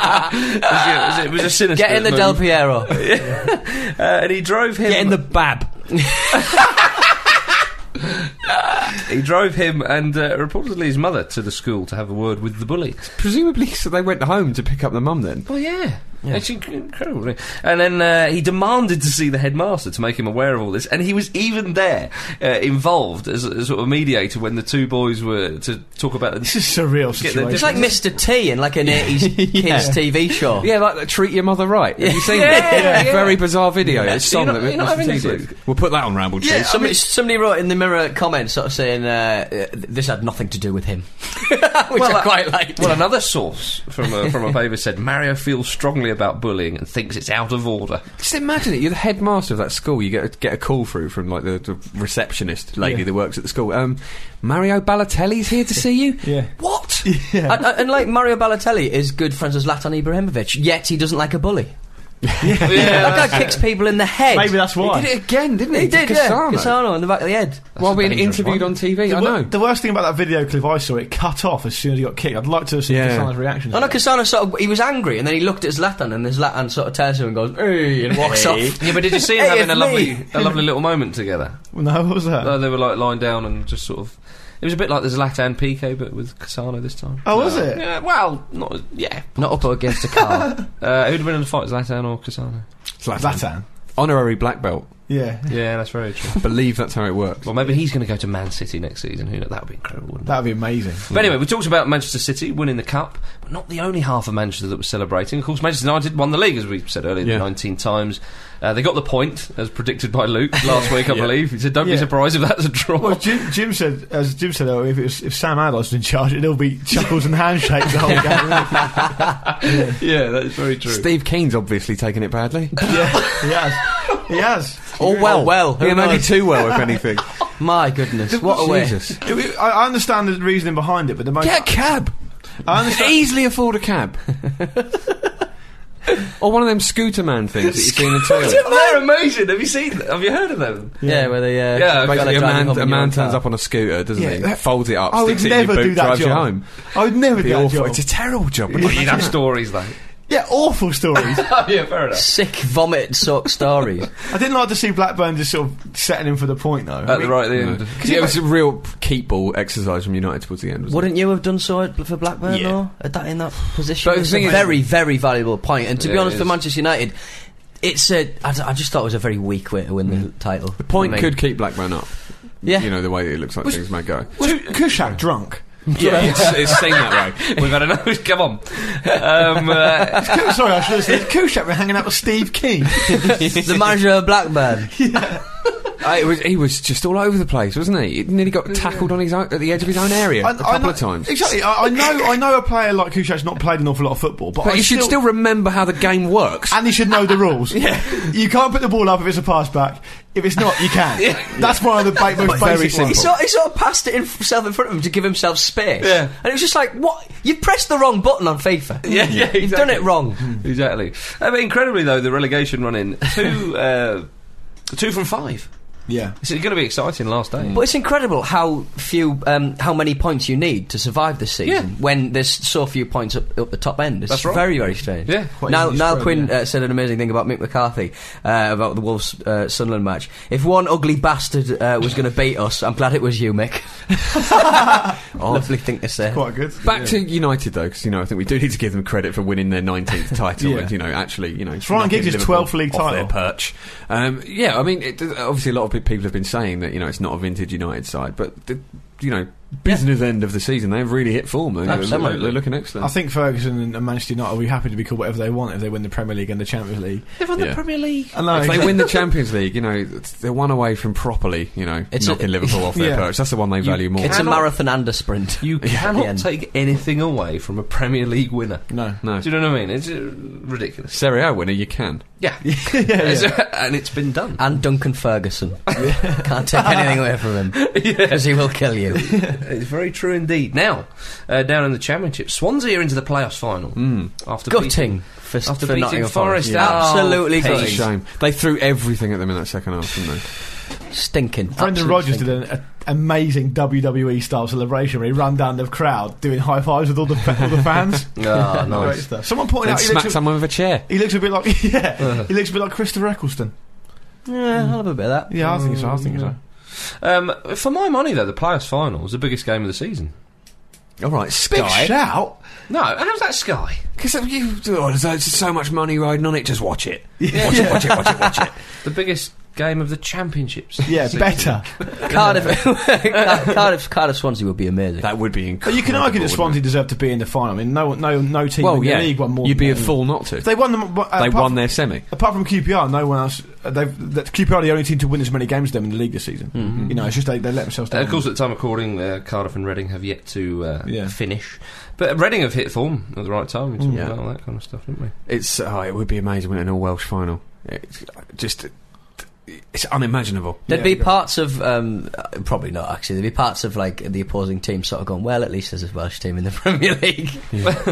*laughs*
*laughs*
It was, yeah, it was- it was a sinister.
Get in the
move.
Del Piero.
*laughs* Uh, and he drove him.
Get in the Bab.
He drove him and uh, reportedly his mother to the school to have a word with the bully.
Presumably, so they went home to pick up the mum then.
Oh,
Well, yeah. It's inc- incredible. really. And then uh, he demanded to see the headmaster to make him aware of all this. And he was even there, uh, involved as a as sort of mediator when the two boys were to talk
*laughs*
about
This
the.
is a surreal
Get the-
situation.
It's like Mr. T in like an 80s kids TV show.
Yeah, like that treat your mother right. Have you seen
Yeah,
that?
yeah, yeah.
*laughs* Very bizarre video.
Yeah.
It's
You're
song
not-
that
you're not
Mr.
having
T
this,
did.
Luke.
We'll put that on Ramble Cheese.
somebody, somebody wrote in the mirror comment sort of saying uh, uh, this had nothing to do with him, *laughs* which
Well,
I
uh,
quite like.
Well, another source from a, from a paper said Mario feels strongly about bullying and thinks it's out of order.
Just imagine it. You're the headmaster of that school. You get a, get a call through from like the, the receptionist lady
Yeah.
that works at the school. Um, Mario Balotelli's here to see *laughs* you.
Yeah.
What?
Yeah.
and, and like Mario Balotelli is good friends with Zlatan Ibrahimovic, yet he doesn't like a bully. *laughs* that guy kicks people in the head.
Maybe that's why.
He did it again, didn't he?
he did,
To
yeah.
Cassano.
Cassano in the back of the head.
While being
dangerous
interviewed
one.
on TV.
The
I
wor-
know.
The worst thing about that video clip I saw, it cut off as soon as he got kicked. I'd like to have seen
Yeah.
Cassano's reaction. to
Oh no,
that.
Cassano sort of he was angry, and then he looked at Zlatan, and then Zlatan sort of turns to him and goes, "Hey," and walks off.
Yeah, but did you see
Oh.
them
Hey,
having
it's
a lovely,
me.
a lovely little moment together?
no, what was that?
Uh, they were like lying down and just sort of. It was a bit like the Zlatan PK, but with Casano this time.
Oh, was
uh,
it?
Yeah, well, not yeah.
Not up against a car.
*laughs* Uh, who'd have been in the fight, Zlatan or Casano?
Zlatan.
Honorary black belt.
Yeah.
Yeah, that's very true.
Believe that's how it works.
well, maybe he's going to go to Man City next season. Who kno- that would be incredible. Wouldn't it?
That'd be amazing.
But anyway, we talked about Manchester City winning the cup, but not the only half of Manchester that was celebrating. Of course, Manchester United won the league, as we said earlier,
Yeah.
19 times. Uh, they got the point, as predicted by Luke *laughs* last week,
*laughs*
I believe. He said, don't be
Yeah.
surprised if that's a draw. *laughs*
Well, Jim, Jim said, as Jim said, oh, if, it was, if Sam Allard's in charge, it'll be chuckles and
*laughs*
handshakes the whole game.
yeah, that is very true.
Steve Keen's obviously taken it *laughs* badly.
yeah, he has. He has.
oh well, well. Who
yeah, maybe
knows?
too well, if *laughs* anything.
My goodness, what a way!
Jesus.
It- it- I I understand the reasoning behind it, but the most
Get a cab.
I understand.
Easily afford a *laughs* cab. or one of them scooter man things that you see in the trailer.
They're amazing. Have you seen? Have you heard of *laughs* them?
Yeah, where they
Yeah,
uh, gotta
Basically, a
drive
man,
home
a
in your
man
own
turns
car.
up on a scooter, doesn't
Yeah,
he?
that-
Folds it up,
I
sticks
would
it in
never
your boot,
do that
drives
job.
you home.
I would never
It'd
do
be
that
awful.
job.
It's a terrible job.
Well, you'd have stories, though.
yeah, awful stories. *laughs*
Oh, yeah, fair enough.
Sick vomit sock stories.
I didn't like to see Blackburn just sort of setting him for the point though. I
At the
mean,
right
No.
end.
*laughs* Yeah, it was a real keep ball exercise from United towards the end. Wasn't
Wouldn't you have done so at- for Blackburn
Yeah.
though? At that in that position,
But the
it's
thing
a
is-
very very valuable point. And to be
Yeah,
honest,
it
for
is.
Manchester United, it's a. I, d- I just thought it was a very weak way to win the title. The
it? Point could keep Blackburn up.
Mm. Yeah.
you know the way it looks like things may go.
Kushak drunk.
Yeah, *laughs* it's, it's seen that way.
We've had enough. Come on. Um, uh,
*laughs*
Sorry, I should have said Kushak been hanging out with Steve King.
*laughs* the manager of
*laughs*
Blackburn.
Uh, it was, he was just all over the place, wasn't he? He nearly got tackled on his own, at the edge of his own area
I-
a
I
couple
know-
of times.
Exactly. I, I know. I know a player like Kushak's not played an awful lot of football, but,
But
I
you should still remember how the game works.
and he should know the rules. yeah. You can't put the ball up if it's a pass back. If it's not, you can. That's one of the ba- most
Very
basic
simple.
He
ones.
sort, he sort of passed it in- himself in front of him to give himself space.
Yeah.
And it was just like, what? You pressed the wrong button on FIFA.
Yeah, *laughs* yeah,
You've done
exactly.
it wrong.
Exactly. Uh, but incredibly, though, the relegation run in two, uh, two from five.
Yeah.
It's going to be exciting last day.
But it's incredible how few, um, how many points you need to survive this season
Yeah.
when there's so few points up, up the top end. It's
That's right.
very, very strange.
Yeah.
Quite
now,
easily
now
spread,
Quinn
yeah.
uh, said an amazing thing about Mick McCarthy uh, about the Wolves uh, Sunderland match. If one ugly bastard uh, was going to beat us, I'm glad it was
*laughs*
you, Mick. Lovely thing to say.
Quite good.
Back to United though, because you know I think we do need to give them credit for winning their
*laughs*
19th title.
Yeah.
and, you know, actually, you know,
Ryan Giggs' 12th league
off
title.
their perch. Um, yeah, I mean, it, obviously, a lot of big people have been saying that you know it's not a vintage United side, but the, you know, business end of the season, they've really hit form. They're,
Absolutely.
they're looking
I
excellent.
think Ferguson and- and Manchester United will be happy to be called whatever they want if they win the Premier League and the Champions League.
They've won
Yeah.
the Premier League.
I know.
if
*laughs*
they win the Champions League, you know, it's- they're one away from properly, you know,
It's a-
knocking Liverpool off their
Yeah.
perch. That's the one they value more.
It's a
Cannot-
marathon and a sprint. *laughs*
You
the
cannot
end.
take anything away from a Premier League winner.
no.
no.
Do you know what I mean? It's uh, ridiculous.
Serie A winner, you can.
Yeah. *laughs* and it's been
*laughs*
done.
and
*laughs*
Duncan Ferguson. Can't take anything away from him because he will kill you.
It's very true indeed. Now, uh, down in the Championship, Swansea are into the playoffs final.
Hmm.
After
Gutting
beating-
for,
after
for
beating
Nottingham
Forest.
Forest.
Oh,
Absolutely
Pete.
It's a
gutting.
shame. They threw everything at them in that second half, didn't they?
Stinking.
Brendan
Absolute
Rodgers did
stinking.
an a, amazing WWE style celebration where he ran down the crowd doing high fives with all the, all the fans.
*laughs* Ah,
Great
nice.
stuff. Someone pointed
Then
out he looks,
smacked
a,
someone with a chair.
he looks a bit like *laughs* yeah, he looks a bit like Christopher Eccleston.
Yeah, I'll have a bit of that.
Yeah, I think so. I think so.
Um, for my money, though, the playoffs final was the biggest game of the season.
All right,
Big
Sky.
shout.
No, how's that Sky?
Because you, oh, there's there's so much money riding on it. Just watch it. Watch it. Watch it. Watch it. Watch
*laughs*
it.
The biggest game of the championships.
Yeah,
Season.
better.
Mm. Cardiff, *laughs* Cardiff, Cardiff Swansea would be amazing.
That would be
But
incredible.
you can argue that
wouldn't
Swansea
it?
deserved to be in the final. I mean, no, no, no team
Well,
in the
yeah,
league won more.
you'd
than
be a
them.
fool not to.
If they won them. Uh,
They
apart
won
from-
their semi.
Apart from QPR, no one else. uh, They've, that QPR are the only team to win as many games as them in the league this season.
Mm-hmm.
You know, it's just they, they let themselves
Uh,
down.
of course, at the time of recording, uh, Cardiff and Reading have yet to uh,
Yeah.
finish. But Reading have hit form at the right time. We talked
Yeah.
about all that kind of stuff, didn't we?
It's oh, it would be amazing when an all Welsh final. It's uh, just it's unimaginable.
There'd
Yeah,
be
you've got-
parts of um, uh, probably not actually. There'd be parts of like the opposing team sort of going, well, at least there's a Welsh team in the *laughs* Premier League.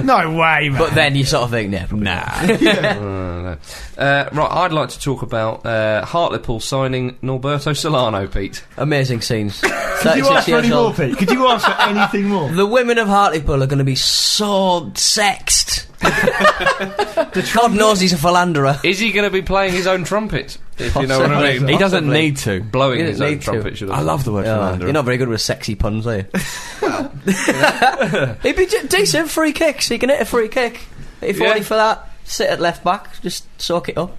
no way,
*laughs*
man.
but then you sort of think, nah, probably
Nah.
Uh, no. *laughs* Uh, right, I'd like to talk about uh, Hartlepool signing Norberto Solano, Pete.
not. *laughs* amazing
*laughs*
scenes.
Could you
36
ask for
years
any more,
*laughs*
old.
Pete? Could you ask for anything more? *laughs*
The women of Hartlepool are going to be so sexed. God knows he's a philanderer.
Is he going to be playing his own trumpet? If you know what I mean.
He doesn't
Possibly.
need to.
blowing
He
his
doesn't
own
need to.
trumpet. Should I
I love the word
Oh,
philanderer.
you're not very good with sexy puns, are you? He'd be j- decent free kicks. He can hit a free kick. If
Yeah.
only for that, sit at left back, just soak it up.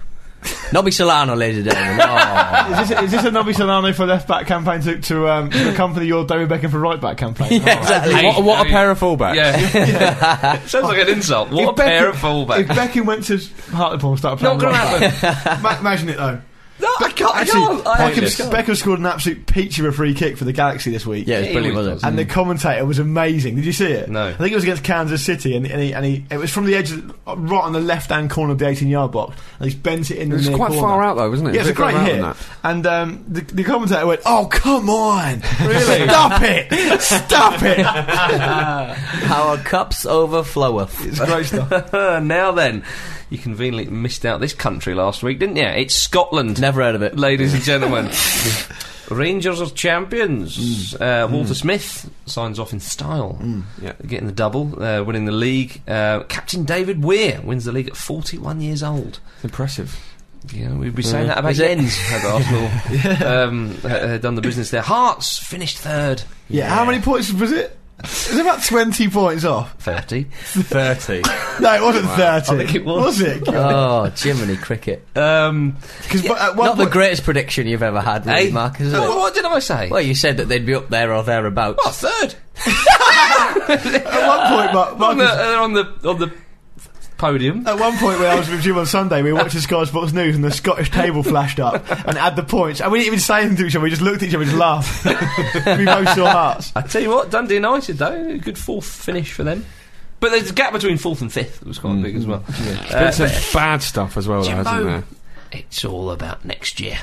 Nobby Solano, ladies and gentlemen. Oh.
Is this, is this a Nobby Solano for left back campaign to, to, um, to accompany your David Beckham for right back campaign?
yeah, exactly.
Hey,
what, what
hey.
a pair of fullbacks.
Yeah. *laughs*
*laughs*
Sounds like an insult. *laughs* What
If
a pair
Beckham-
of fullbacks.
If Beckham went to Hartlepool and started playing
Not gonna
right back, ma- imagine it though.
No, I can't.
Actually, Beckham,
Pointless.
Beckham scored an absolute peach of a free kick for the Galaxy this week.
Yeah, it's
Yeah,
brilliant,
he
wasn't
was
it?
And the commentator was amazing. Did you see it?
No.
I think it was against Kansas City, and, and, he, and he, it was from the edge, of, right on the left-hand corner of the 18-yard box, and he's bent it in.
It was quite far out though, wasn't it?
Yeah, it's a
bit further
great
out
hit.
than that.
And um, the, the commentator went, "Oh come on, really? Stop it! Stop
*laughs*
it!"
*laughs* Our cups overfloweth.
it's great
*laughs*
stuff.
*laughs* now then, you conveniently missed out this country last week, didn't you? It's Scotland.
Never heard of it.
ladies
*laughs*
and gentlemen. Rangers are
Mm.
champions. Uh, Walter Smith signs off in style,
Yeah.
getting the double, uh, winning the league. Uh, Captain David Weir wins the league at 41 years old.
It's impressive.
Yeah, we'd be saying that about
Is it?
Jens had *laughs* Arsenal um, uh, uh, done the business there. Hearts finished third,
Yeah. How many points was it? It was about 20 points off.
30.
Thirty.
No, it wasn't 30.
I think it was.
Was it?
Oh, Jiminy Cricket.
Um,
Because at one
Not the
point,
greatest prediction you've ever had, really,
hey, Oh,
Mark, is it?
what, what did I say?
Well, you said that they'd be up there or thereabouts.
oh, third.
at one point, Mark, Mark
On *laughs* the,
was-
uh, on the on the podium.
At one point, when I was with Jim on Sunday, we were watching Sky Sports News, and the Scottish table flashed up and had the points. And we didn't even say anything to each other; we just looked at each other and just laughed. *laughs* we both saw hearts.
I tell you what, Dundee United though, a good fourth finish for them. But there's a gap between fourth and fifth that was quite big as well.
Been
Uh,
some bad stuff as well, though, hasn't
Jimbo,
there?
it's all about next year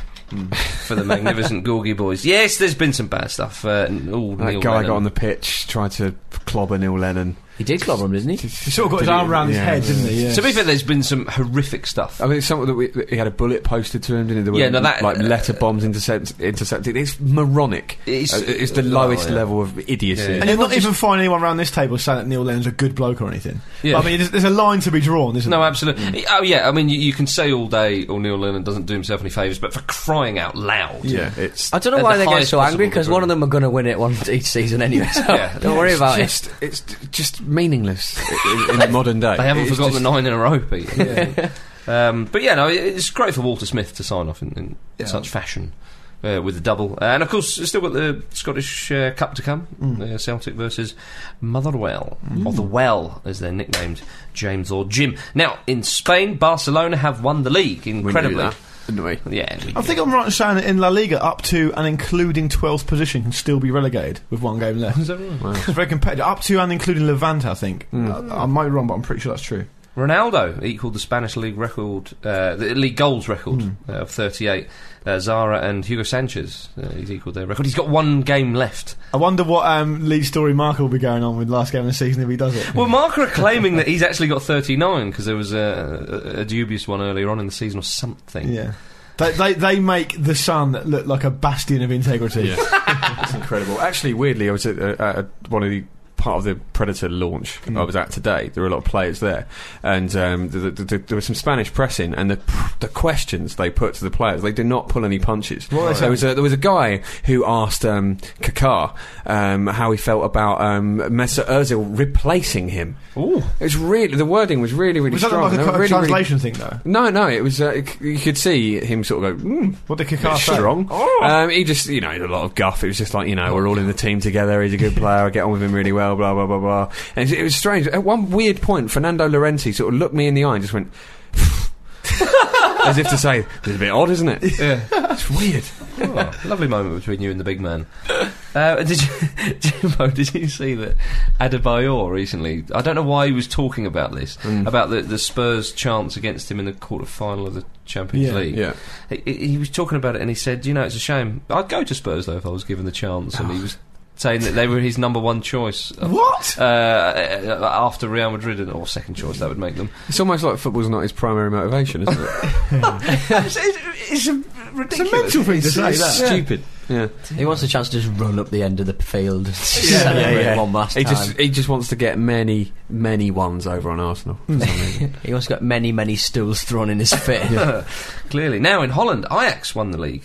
for the *laughs* magnificent Gorgie boys. Yes, there's been some bad stuff. Uh, n- all
That
Neil
guy
Lennon.
got on the pitch, tried to clobber Neil Lennon.
He did clobber him, didn't he?
He sort of got his arm around
Yeah.
his head, didn't he? Yeah.
To be fair, there's been some horrific stuff.
I mean, it's something that we, that he had a bullet posted to him, didn't he? There were,
Yeah, no, that-
like letter bombs intercept, intercepted. It's moronic.
It's-
It's, it's the
oh,
lowest
yeah.
level of idiocy.
Yeah.
and you'll not even find anyone around this table saying that Neil Lennon's a good bloke or anything.
Yeah.
I mean, there's, there's a line to be drawn, isn't
No,
there?
absolutely.
Mm.
Oh, yeah. I mean, you, you can say all day, "Oh, Neil Lennon doesn't do himself any favours," but for crying out loud,
Yeah, it's
I don't know
At
why
the
they get
highest
so
possible
angry because
degree.
one of them are going to win it one *laughs* each season anyway. So
Yeah.
*laughs* don't worry about it.
just it's just meaningless in, in the modern day.
They haven't
It's
forgotten
just-
the nine in a row, Pete. *laughs* um, but yeah, no, it- it's great for Walter Smith to sign off in, in such fashion. Uh, with the double, and of course, we've still got the Scottish uh, Cup to come.
Mm.
Uh, Celtic versus Motherwell, or the Well, as they're nicknamed, James or Jim. Now, in Spain, Barcelona have won the league
we knew
incredibly.
that, didn't we?
Yeah, we
I think I'm right in saying that in La Liga, up to and including 12th position can still be relegated with one game left. It's very competitive. Up to and including Levante, I think.
Hmm.
I, I might be wrong, but I'm pretty sure that's true.
Ronaldo equalled the Spanish league record, uh, the league goals record
Hmm.
uh, of 38. Uh, Zara and Hugo Sanchez, uh, he's equalled their record. He's got one game left.
I wonder what um, lead story Mark will be going on with last game of the season if he does it.
Well, Mark are claiming
*laughs*
that he's actually got 39 because there was a, a, a dubious one earlier on in the season or something.
yeah. They, they, they make the sun look like a bastion of integrity.
It's incredible. Actually, weirdly, I was at, uh, at one of the part of the Predator launch
Mm.
I was at today. There were a lot of players there, and um, the, the, the, there was some Spanish pressing, and the the questions they put to the players, they did not pull any punches. There was a, there was a guy who asked um, Kaká um, how he felt about um, Mesut Ozil replacing him.
Ooh.
It was really the wording was really really
Was that
strong.
like a
They were
kind of
really, really-
translation thing, though?
no, no, it was. Uh, c- you could see him sort of go, mm,
What did
bit
Kaká say?
strong. Um, he just, you know, he had a lot of guff. It was just like, you know, we're all in the team together. He's a good player. I get on with him really well. Blah blah blah blah. And it was strange. At one weird point, Fernando Llorente sort of looked me in the eye and just went, *laughs* as if to say, "This is a bit odd, isn't it?"
Yeah.
It's weird.
Oh, lovely moment between you and the big man. Uh, *laughs* did you, Jimbo, did you see that Adebayor recently? I don't know why he was talking about this,
Hmm.
about the, the Spurs' chance against him in the quarter final of the Champions
Yeah,
League.
Yeah.
He, he he was talking about it and he said, you know, it's a shame. I'd go to Spurs though if I was given the chance. And he was saying that they were his number one choice.
What?
Uh, after Real Madrid, and- or second choice, that would make them.
It's almost like football's not his primary motivation, isn't it?
it's, it's, it's a
It's a mental thing to say.
it's
that.
stupid. Yeah.
He wants a chance to just run up the end of the field and celebrate one last
He
time.
just he just wants to get many many ones over on Arsenal. for some reason.
He also got many, many stools thrown
*laughs*
in his face.
Clearly, now in Holland, Ajax won the league,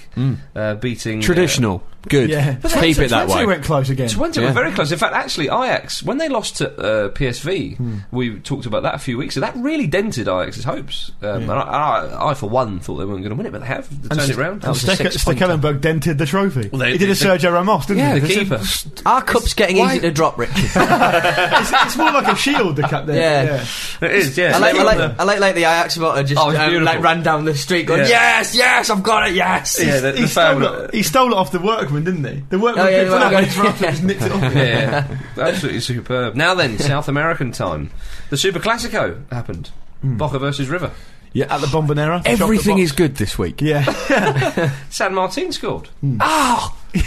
uh, beating uh,
Traditional, good.
Yeah.
Keep it that
Twenty
way.
went close again.
Twente were
Yeah.
very close. In fact, actually, Ajax when they lost to uh, PSV, we talked about that a few weeks ago. That really dented Ajax's hopes. Um, and I, I, I, for one, thought they weren't going to win it, but they have. They turned it round.
that was a
Steke-
six-pointer.
Stekelenburg dented the trophy.
Well, they-
he did
they-
a Sergio Ramos, didn't
Yeah,
*laughs* he?
the
It's a-
keeper.
Our cup's getting
why-
easy to drop, Richard.
It's, it's more like a shield, the cup there.
Yeah.
It is. Yeah.
I
So
like,
they
I
won
like,
the-
I like, like the Ajax supporter just
Oh, it's
um, like
beautiful.
ran down the street going,
Yeah.
yes, yes, I've got it, yes.
yeah, the,
He,
the
stole
fan-
it, he stole it off the workman, didn't he? The workman
Oh, yeah,
picked
the
it up and
workman. *laughs*
interrupted it, just nicked it off. him.
yeah, absolutely superb. Now then, South American time. The Super Classico happened. Boca versus River.
Yeah, at the Bombonera. the
Everything
chocolate
is good this week.
box. Yeah. *laughs*
San Martin scored.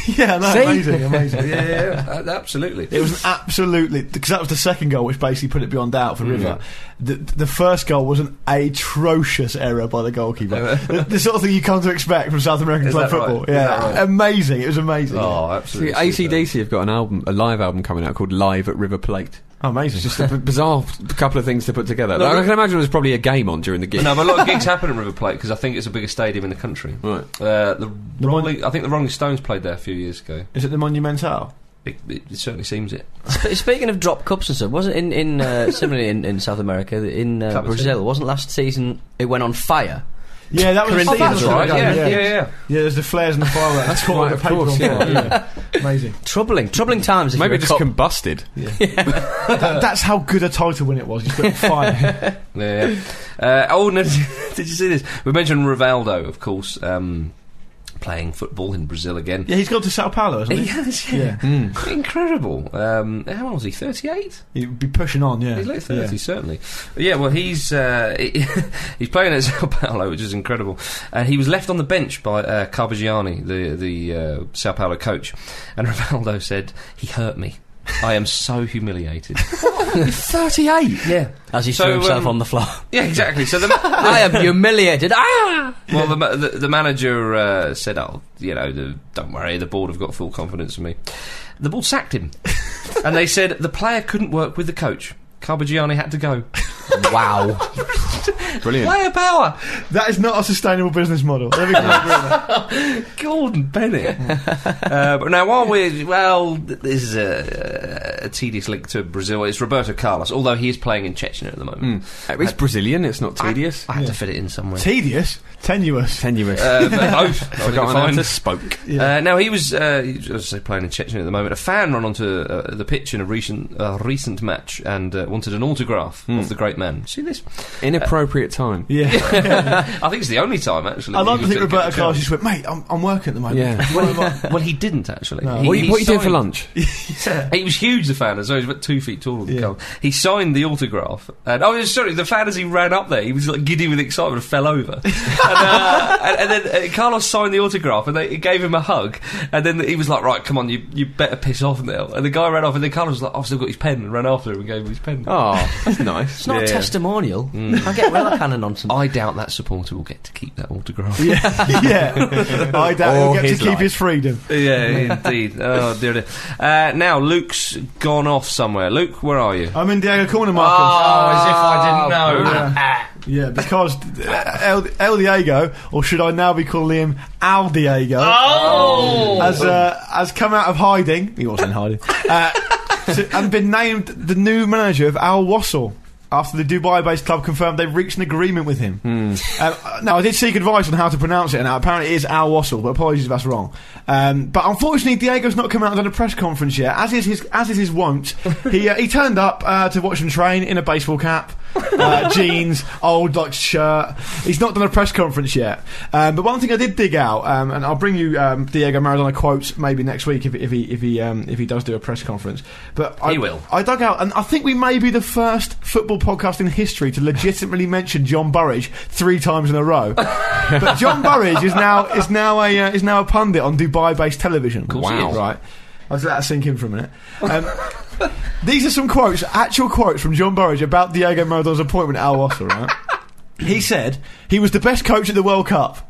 yeah, no,
See?
amazing, amazing.
Yeah, *laughs* yeah, yeah, absolutely.
It was an absolutely because that was the second goal, which basically put it beyond doubt
Mm.
for River. The, the first goal was an atrocious error by
*laughs*
the goalkeeper. the, the sort of thing you come to expect from South American
Is
club
that right?
football.
Is
Yeah,
that right?
amazing. It was amazing.
Oh,
See,
absolutely. superb.
ACDC have got an album, a live album coming out called Live at River Plate.
Oh, amazing.
Just a b- bizarre couple of things to put together.
No,
Like,
but-
I can imagine there was probably a game on during the gig.
No, but a lot of gigs happen in River Plate because I think it's the biggest stadium in the country.
Right.
Uh, the
The one-
Rolling, I think the Rolling Stones played there a few years ago.
*laughs* Is it the Monumental?
It, it, it certainly seems it.
Sp- Speaking of drop cups and stuff, wasn't in
*laughs*
in uh, similarly in, in South America, in uh,
Cup of
Brazil,
tea.
wasn't last season it went on fire?
Yeah, that was the
Oh,
season
that's
of the
right.
game,
Yeah, yeah,
yeah.
yeah.
Yeah, there's the flares and the fireworks. That's
right,
quite
of course, yeah.
Amazing.
Troubling,
Mm.
troubling times. If
Maybe
you're
it
a
just
*laughs* cup.
combusted.
*laughs*
That- that's how good a title win it was. You put fire. *laughs*
yeah, yeah. Uh, oh, no, *laughs* did you see this? We mentioned Rivaldo, of course, um, playing football in Brazil again.
yeah, he's gone to Sao Paulo, hasn't he?
Yes, *laughs* yeah. Incredible. Um, how old was he? 38?
He'd be pushing on. Yeah,
He's late 30,
Yeah.
certainly. Yeah, well, he's uh, *laughs* he- he's playing at Sao Paulo, which is incredible. And he was left on the bench by uh, Carbagiani, the, the uh, Sao Paulo coach. And *laughs* Rivaldo said, He hurt me. I am so humiliated. *laughs*
38!
yeah.
as he
So,
threw himself
um,
on
*laughs*
the floor. *laughs*
Yeah, exactly. So the, ma-
I am humiliated. Ah!
well, the, ma- the, the manager uh, said, "Oh, you know, the, don't worry. The board have got full confidence in me." The board sacked
*laughs*
him, and they said the player couldn't work with the coach. Carbagiani had to go.
Wow.
Brilliant.
Player power,
That is not a sustainable business model. Let
*laughs*
me agree with that.
Gordon Bennett. uh, but now, while we're well, th- this is a, a tedious link to Brazil. It's Roberto Carlos, although he is playing in Chechnya at the moment.
It's Brazilian, it's not tedious.
I had to fit it in somewhere.
Tedious, tenuous.
Tenuous.
uh, but
*laughs*
both. I think
Forgotten
I
how
find-
to spoke.
Uh, now he was, uh, he was obviously playing in Chechnya at the moment. A fan ran onto uh, the pitch in a recent uh, recent match and uh, wanted an autograph
Hmm.
of the great man. See this?
Inappropriate time. *laughs*
Yeah,
I think it's the only time actually.
I
that
like
he
to
was
think
gonna get
Roberto
a
Carlos
chance.
just went, mate. I'm, I'm working at the moment.
Yeah.
Well,
*laughs*
I'm-
Well, he didn't actually.
No.
He-
What, are you,
he
what are you doing for
signed-
lunch?
He was huge, the fan, as well. He was about two feet taller than
Yeah.
Carlos. He signed the autograph. And, oh, sorry, the fan, as he ran up there, he was like giddy with excitement and fell over. and, uh, and, and then uh, Carlos signed the autograph and they, he gave him a hug. And then he was like, right, come on, you, you better piss off now. And the guy ran off, and then Carlos was like, I've still got his pen, and ran after him and gave him his pen.
Oh, that's nice.
It's not a testimonial. I get well, I can and nonsense.
Mm. I doubt that supporter will get to keep that autograph.
*laughs*
yeah, I doubt
Or
he'll get to
his
keep
life.
his freedom.
*laughs* yeah, indeed. Oh, dear, dear. Uh, now, Luke's gone off somewhere. Luke, where are you?
I'm in Diego Corner,
Oh,
Marcus. Ah,
as if I didn't know.
Yeah, because uh, El, El Diego, or should I now be calling him Al Diego,
Oh!
has uh, has come out of hiding. He wasn't in
*laughs*
hiding, uh, to- and been named the new manager of Al Wassel. After the Dubai-based club confirmed they've reached an agreement with him.
Hmm.
Um, uh, now I did seek advice on how to pronounce it, and apparently it is Al Wassel. But apologies if that's wrong. Um, but unfortunately, Diego's not come out and done a press conference yet, as is his as is his wont. he uh, he turned up uh, to watch him train in a baseball cap uh, jeans, old like shirt. He's not done a press conference yet. Um, but one thing I did dig out, um, and I'll bring you um, Diego Maradona quotes maybe next week if, if he if he um, if he does do a press conference. But I,
He will.
I dug out, and I think we may be the first football podcast in history to legitimately *laughs* mention John Burridge three times in
*laughs*
a row. but John Burridge is now is now a uh, is now a pundit on Dubai-based television.
course he Wow. is.
Right. I'll just let that sink in for a minute. Um, *laughs* these are some quotes, actual quotes from John Burridge
*laughs*
about Diego Maradona's appointment at Al Wassel, right? he said he was the best coach at the World Cup.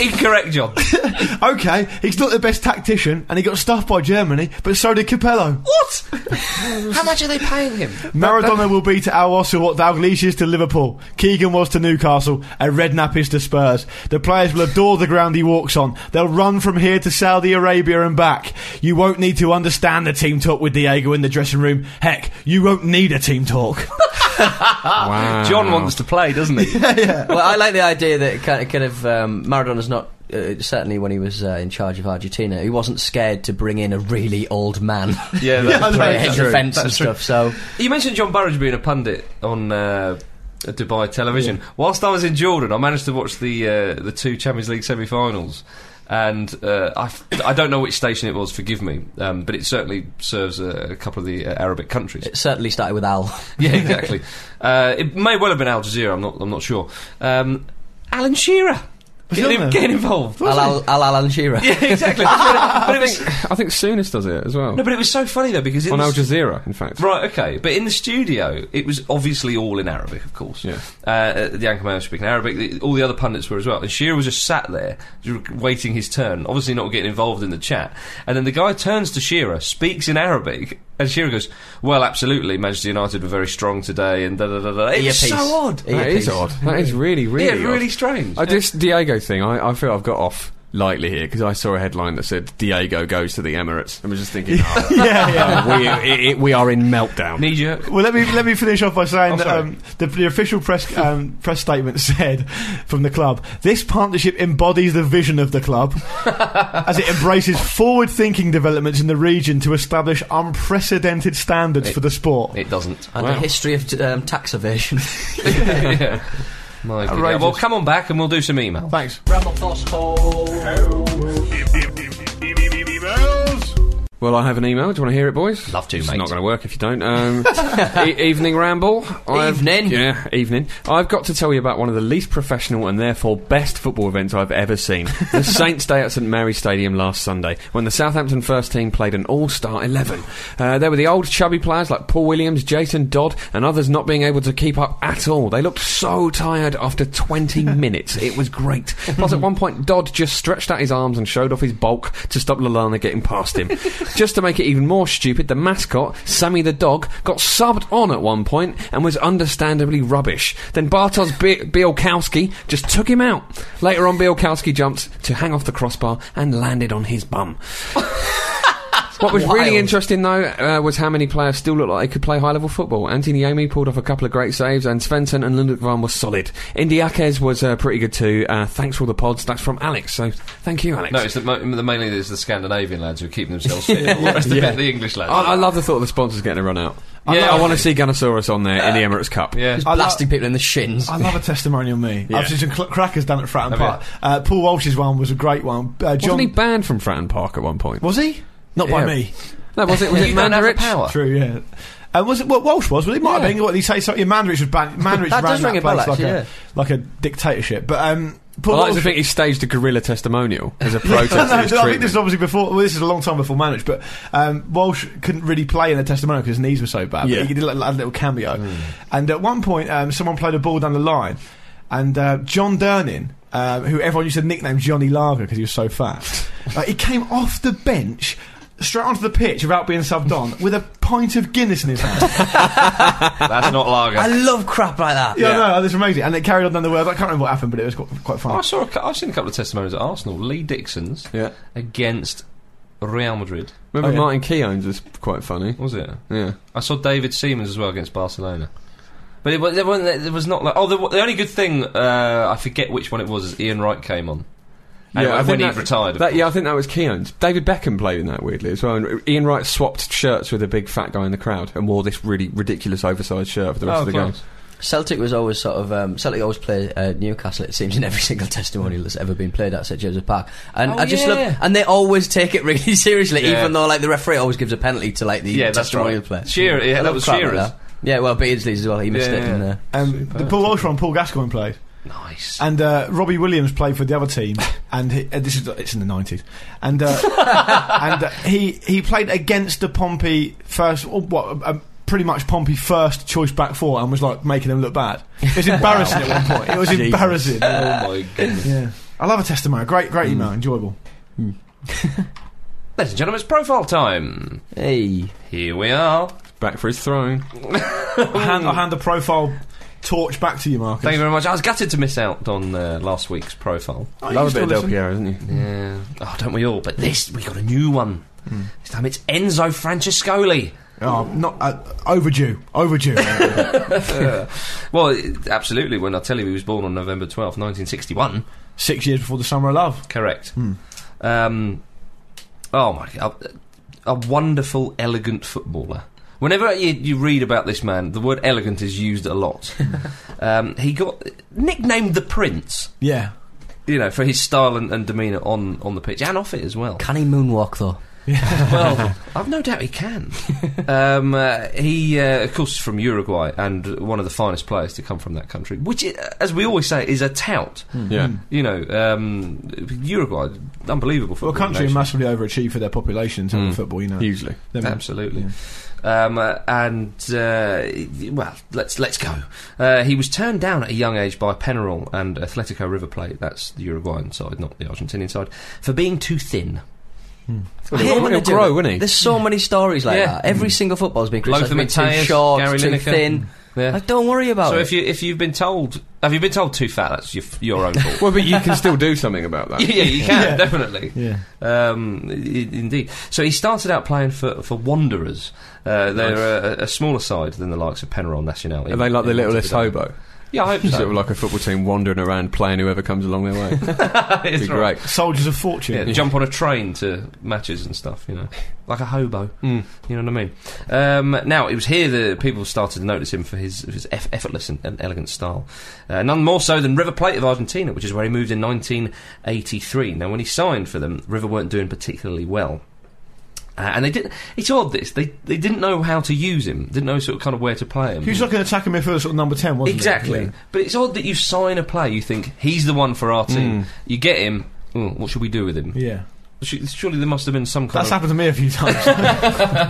Incorrect, John.
okay, he's not the best tactician, and he got stuffed by Germany, but so did Capello.
what? How much are they paying him?
Maradona will be to Al Wassel what Dalglish is to Liverpool, Keegan was to Newcastle, and Redknapp is to Spurs. The players will adore the ground he walks on. They'll run from here to Saudi Arabia and back. You won't need to understand the team talk with Diego in the dressing room. Heck, you won't need a team talk. *laughs*
Wow.
Ah, John wants to play, doesn't he?
well, I like the idea that kind of, kind of um, Maradona's not. Uh, certainly, when he was uh, in charge of Argentina, he wasn't scared to bring in a really old man.
*laughs* Yeah, that's
to
true.
*laughs* play head
That's
defence and
That's true.
stuff. So
You mentioned John Burridge being a pundit on uh, Dubai television. Whilst I was in Jordan, I managed to watch the uh, the two Champions League semi-finals, and uh, I f- I don't know which station it was. Forgive me, um, but it certainly serves a, a couple of the uh, Arabic
*laughs*
countries.
it certainly started with Al.
yeah, exactly. *laughs* Uh, it may well have been Al Jazeera. I'm not. I'm not sure. Um, Alan Shearer
he on
getting,
there?
getting involved.
Al, Al, Al Alan Shearer.
*laughs* yeah, exactly. but, it
*laughs*
was,
I think Soonest does it as well.
no, but it was so funny though because in
on
the
Al
s-
Jazeera, in fact.
Right, okay. But in the studio, it was obviously all in Arabic, of course.
Yeah.
Uh, the anchorman was speaking Arabic. The- all the other pundits were as well. And Shearer was just sat there, just waiting his turn, obviously not getting involved in the chat. And then the guy turns to Shearer, speaks in Arabic, and Shearer goes, Well, absolutely, Manchester United were very strong today, and da da da da. It was
Earpiece.
so odd.
That is
Earpiece.
odd. That is really, really
yeah, really
odd.
strange.
I, this Diego thing, I, I feel I've got off lightly here because I saw a headline that said Diego goes to the Emirates. I was just thinking, oh,
yeah, yeah.
we, it, it, we are in meltdown.
Knee jerk.
Well, let me let me finish off by saying
Oh,
that
sorry.
um, the, the official press um, press statement *laughs* said from the club, this partnership embodies the vision of the club as it embraces forward-thinking developments in the region to establish unprecedented standards for the sport.
It doesn't.
And a history of um, tax evasion.
*laughs* yeah. My goodness.
Outrageous.
Well, come on back and we'll do some email.
Thanks.
Well, I have an email. Do you want to hear it, boys?
Love to,
it's
mate.
not going to work if you don't.
*laughs*
Um, e- evening ramble. I've-
Evening.
Yeah, evening. I've got to tell you about one of the least professional and therefore best football events I've ever seen.
*laughs*
the Saints Day at St Mary's Stadium last Sunday, when the Southampton first team played an all-star eleven. Uh, there were the old chubby players like Paul Williams, Jason Dodd, and others not being able to keep up at all. They looked so tired after 20 *laughs* minutes. It was great. Plus, at one point, Dodd just stretched out his arms and showed off his bulk to stop Lalana getting past him. just to make it even more stupid, the mascot, Sammy the dog, got subbed on at one point and was understandably rubbish. Then Bartosz Bi- Bielkowski just took him out. Later on, Bielkowski jumped to hang off the crossbar and landed on his bum. What was really
Wild.
interesting, though, uh, was how many players still looked like they could play high level football. Anthony Yemi pulled off a couple of great saves, and Svensson and Lundgren were solid. Indiakes was uh, pretty good, too. Uh, thanks for all the pods. That's from Alex, so thank you, Alex.
No, it's the, mo- the mainly there's the Scandinavian lads who are keeping *laughs* themselves fit. Whereas the, the English lads.
I, I love the thought of the sponsors getting a run out.
Yeah.
I, want to see Gunnosaurus on there
Uh,
in the Emirates Cup.
Yeah.
Just
I lo-
blasting people in the shins.
I love a testimonial me.
Yeah.
I've seen some cl- crackers down at Fratton
Have you?
Park. Uh, Paul Walsh's one was a great one. Uh, John
Wasn't he banned from Fratton Park at one point?
was he? Not
Yeah.
by me.
No, was it?
*laughs*
Was it
You don't have the
Mandarich?
power.
True. Yeah. And was it what Walsh was? Well, it might have been. What did he say? Something. Mandarich was
*laughs*
banned. Mandarich
That
ran
does
that
ring a bell,
place like,
actually,
a,
yeah.
like a dictatorship. But um,
I
Paul
like to
Walsh-
think he
*laughs*
staged a guerrilla testimonial as a protest.
No, no,
to his
*laughs* I think
treatment.
this is obviously before. Well, this is a long time before Manage, but um, Walsh couldn't really play in the testimonial because his knees were so bad.
Yeah. Mm.
But he did like, like a little cameo, and at one point, um, someone played a ball down the line, and uh, John Dernin, um, who everyone used to nickname Johnny Lager because he was
*laughs*
so fat, uh, he came off the bench. Straight onto the pitch without being subbed on, with a pint of Guinness in his hand.
That's not lager.
I love crap like that.
yeah, no, this is amazing. And it carried on down the world. I can't remember what happened, but it was quite, quite
I
fun.
saw. A, cou- I've seen a couple of testimonials at Arsenal. Lee Dixon's
Yeah.
against Real Madrid.
Remember
Oh, yeah.
Martin Keown's was quite funny.
Was it?
Yeah.
I saw David Seaman's as well against Barcelona. But it, wa- there, wasn't, there was not like. Oh, the, the only good thing uh, I forget which one it was. Is Ian Wright came on. And
I
when,
think
he
that-
retired. of
That, yeah, I
course.
think that was Keown's. David Beckham played in that weirdly as well. And Ian Wright swapped shirts with a big fat guy in the crowd and wore this really ridiculous oversized shirt for the rest
Oh,
of the
class.
game.
Celtic was always sort of um, Celtic always play uh, Newcastle. It seems in every *laughs* single testimonial that's ever been played at St James's Park, and
Oh,
I just
yeah.
love and they always take it *laughs* really seriously,
Yeah.
even though like the referee always gives a penalty to like the
Yeah, that's
testimonial
right.
player.
Shearer, yeah,
I
that
love
was
crap like
Shearer's.
that. Yeah, well, Beardsley's as well. He missed
Yeah,
it.
yeah.
In there.
Um, the Paul Walsh one, Paul Gascoigne played.
Nice.
And uh, Robbie Williams played for the other team, and he, uh, this is it's in the nineties, and uh, *laughs* and uh, he he played against the Pompey first, or what, um, pretty much Pompey first choice back four,
uh,
and was like making them look bad. It was embarrassing at one point. It was embarrassing.
oh my goodness.
Yeah. I love a testimonial. Great, great email. Enjoyable.
Ladies and gentlemen, it's profile time.
Hey.
Here we are.
Back for his throne.
I'll hand, I'll hand the profile torch back to you, Marcus.
Thank you very much. I was gutted to miss out on uh, last week's profile.
Oh, you
Love a
still
bit of Del
listen.
Piero, isn't he?
Yeah. Oh, don't we all? But this, we got a new one.
Hmm.
This time it's Enzo Francescoli.
Oh, not uh, overdue. Overdue.
Well, it- absolutely. When I tell you he was born on November 12th, 1961.
Six years before the summer of love.
Correct. Um, oh, my God. A, a wonderful, elegant footballer. Whenever you, you read about this man, the word elegant is used a lot. um, he got nicknamed the Prince,
Yeah.
you know, for his style and, and demeanour on, on the pitch and off it as
*laughs*
well.
Can he moonwalk though?
well, I've no doubt he can. Um, uh, he, uh, of course, is from Uruguay and one of the finest players to come from that country, which, i- as we always say, is a tout.
Hmm.
Yeah.
You know, um, Uruguay, unbelievable
Well,
football
a country
nation.
massively overachieved for their population in football, you know.
Hugely.
Them-
Hmm. Absolutely. Um, uh, and uh, well, let's let's go. Uh, he was turned down at a young age by Penarol and Atletico River Plate. That's the Uruguayan side, not the Argentinian side, for being too thin.
I
He'll-
hate when they
he'll
do
grow,
it.
wouldn't
*laughs*
he?
There's so many stories like
Yeah.
that. Every single footballer's been
Lothar
criticised for being too
Matthäus,
short,
Gary
too
Lineker. Mm.
thin.
Yeah.
Like, don't worry about
So
it.
if you if you've been told have you been told too fat? That's your *laughs* your own fault.
Well, but you can still do something about
*laughs*
that.
yeah, you can definitely.
Yeah.
Um, i- indeed. So he started out playing for for Wanderers. Uh, they're a, a smaller side than the likes of Penarol Nacional.
Are they like the littlest hobo?
*laughs* Yeah, I hope
*laughs* Sort
so.
of like a football team wandering around playing whoever comes along their
*laughs*
way.
It's
It'd be
right.
great.
Soldiers of
Yeah,
fortune.
jump on a train to matches and stuff, you know, like a hobo. You know what I mean? Um, now it was here that people started to notice him for his, his eff- effortless and, and elegant style, uh, none more so than River Plate of Argentina, which is where he moved in 1983. Now, when he signed for them, River weren't doing particularly well. Uh, and they didn't. It's odd this. They they didn't know how to use him. Didn't know sort of kind of where to play him.
He was like an attacking midfielder, sort of number 10, wasn't he?
Exactly.
Yeah.
But it's odd that you sign a player. You think he's the one for our team. You get him. "Oh, what should we do with him?
Yeah.
Su- Surely there must have been some kind
That's
of.
happened to me a few times.
*laughs*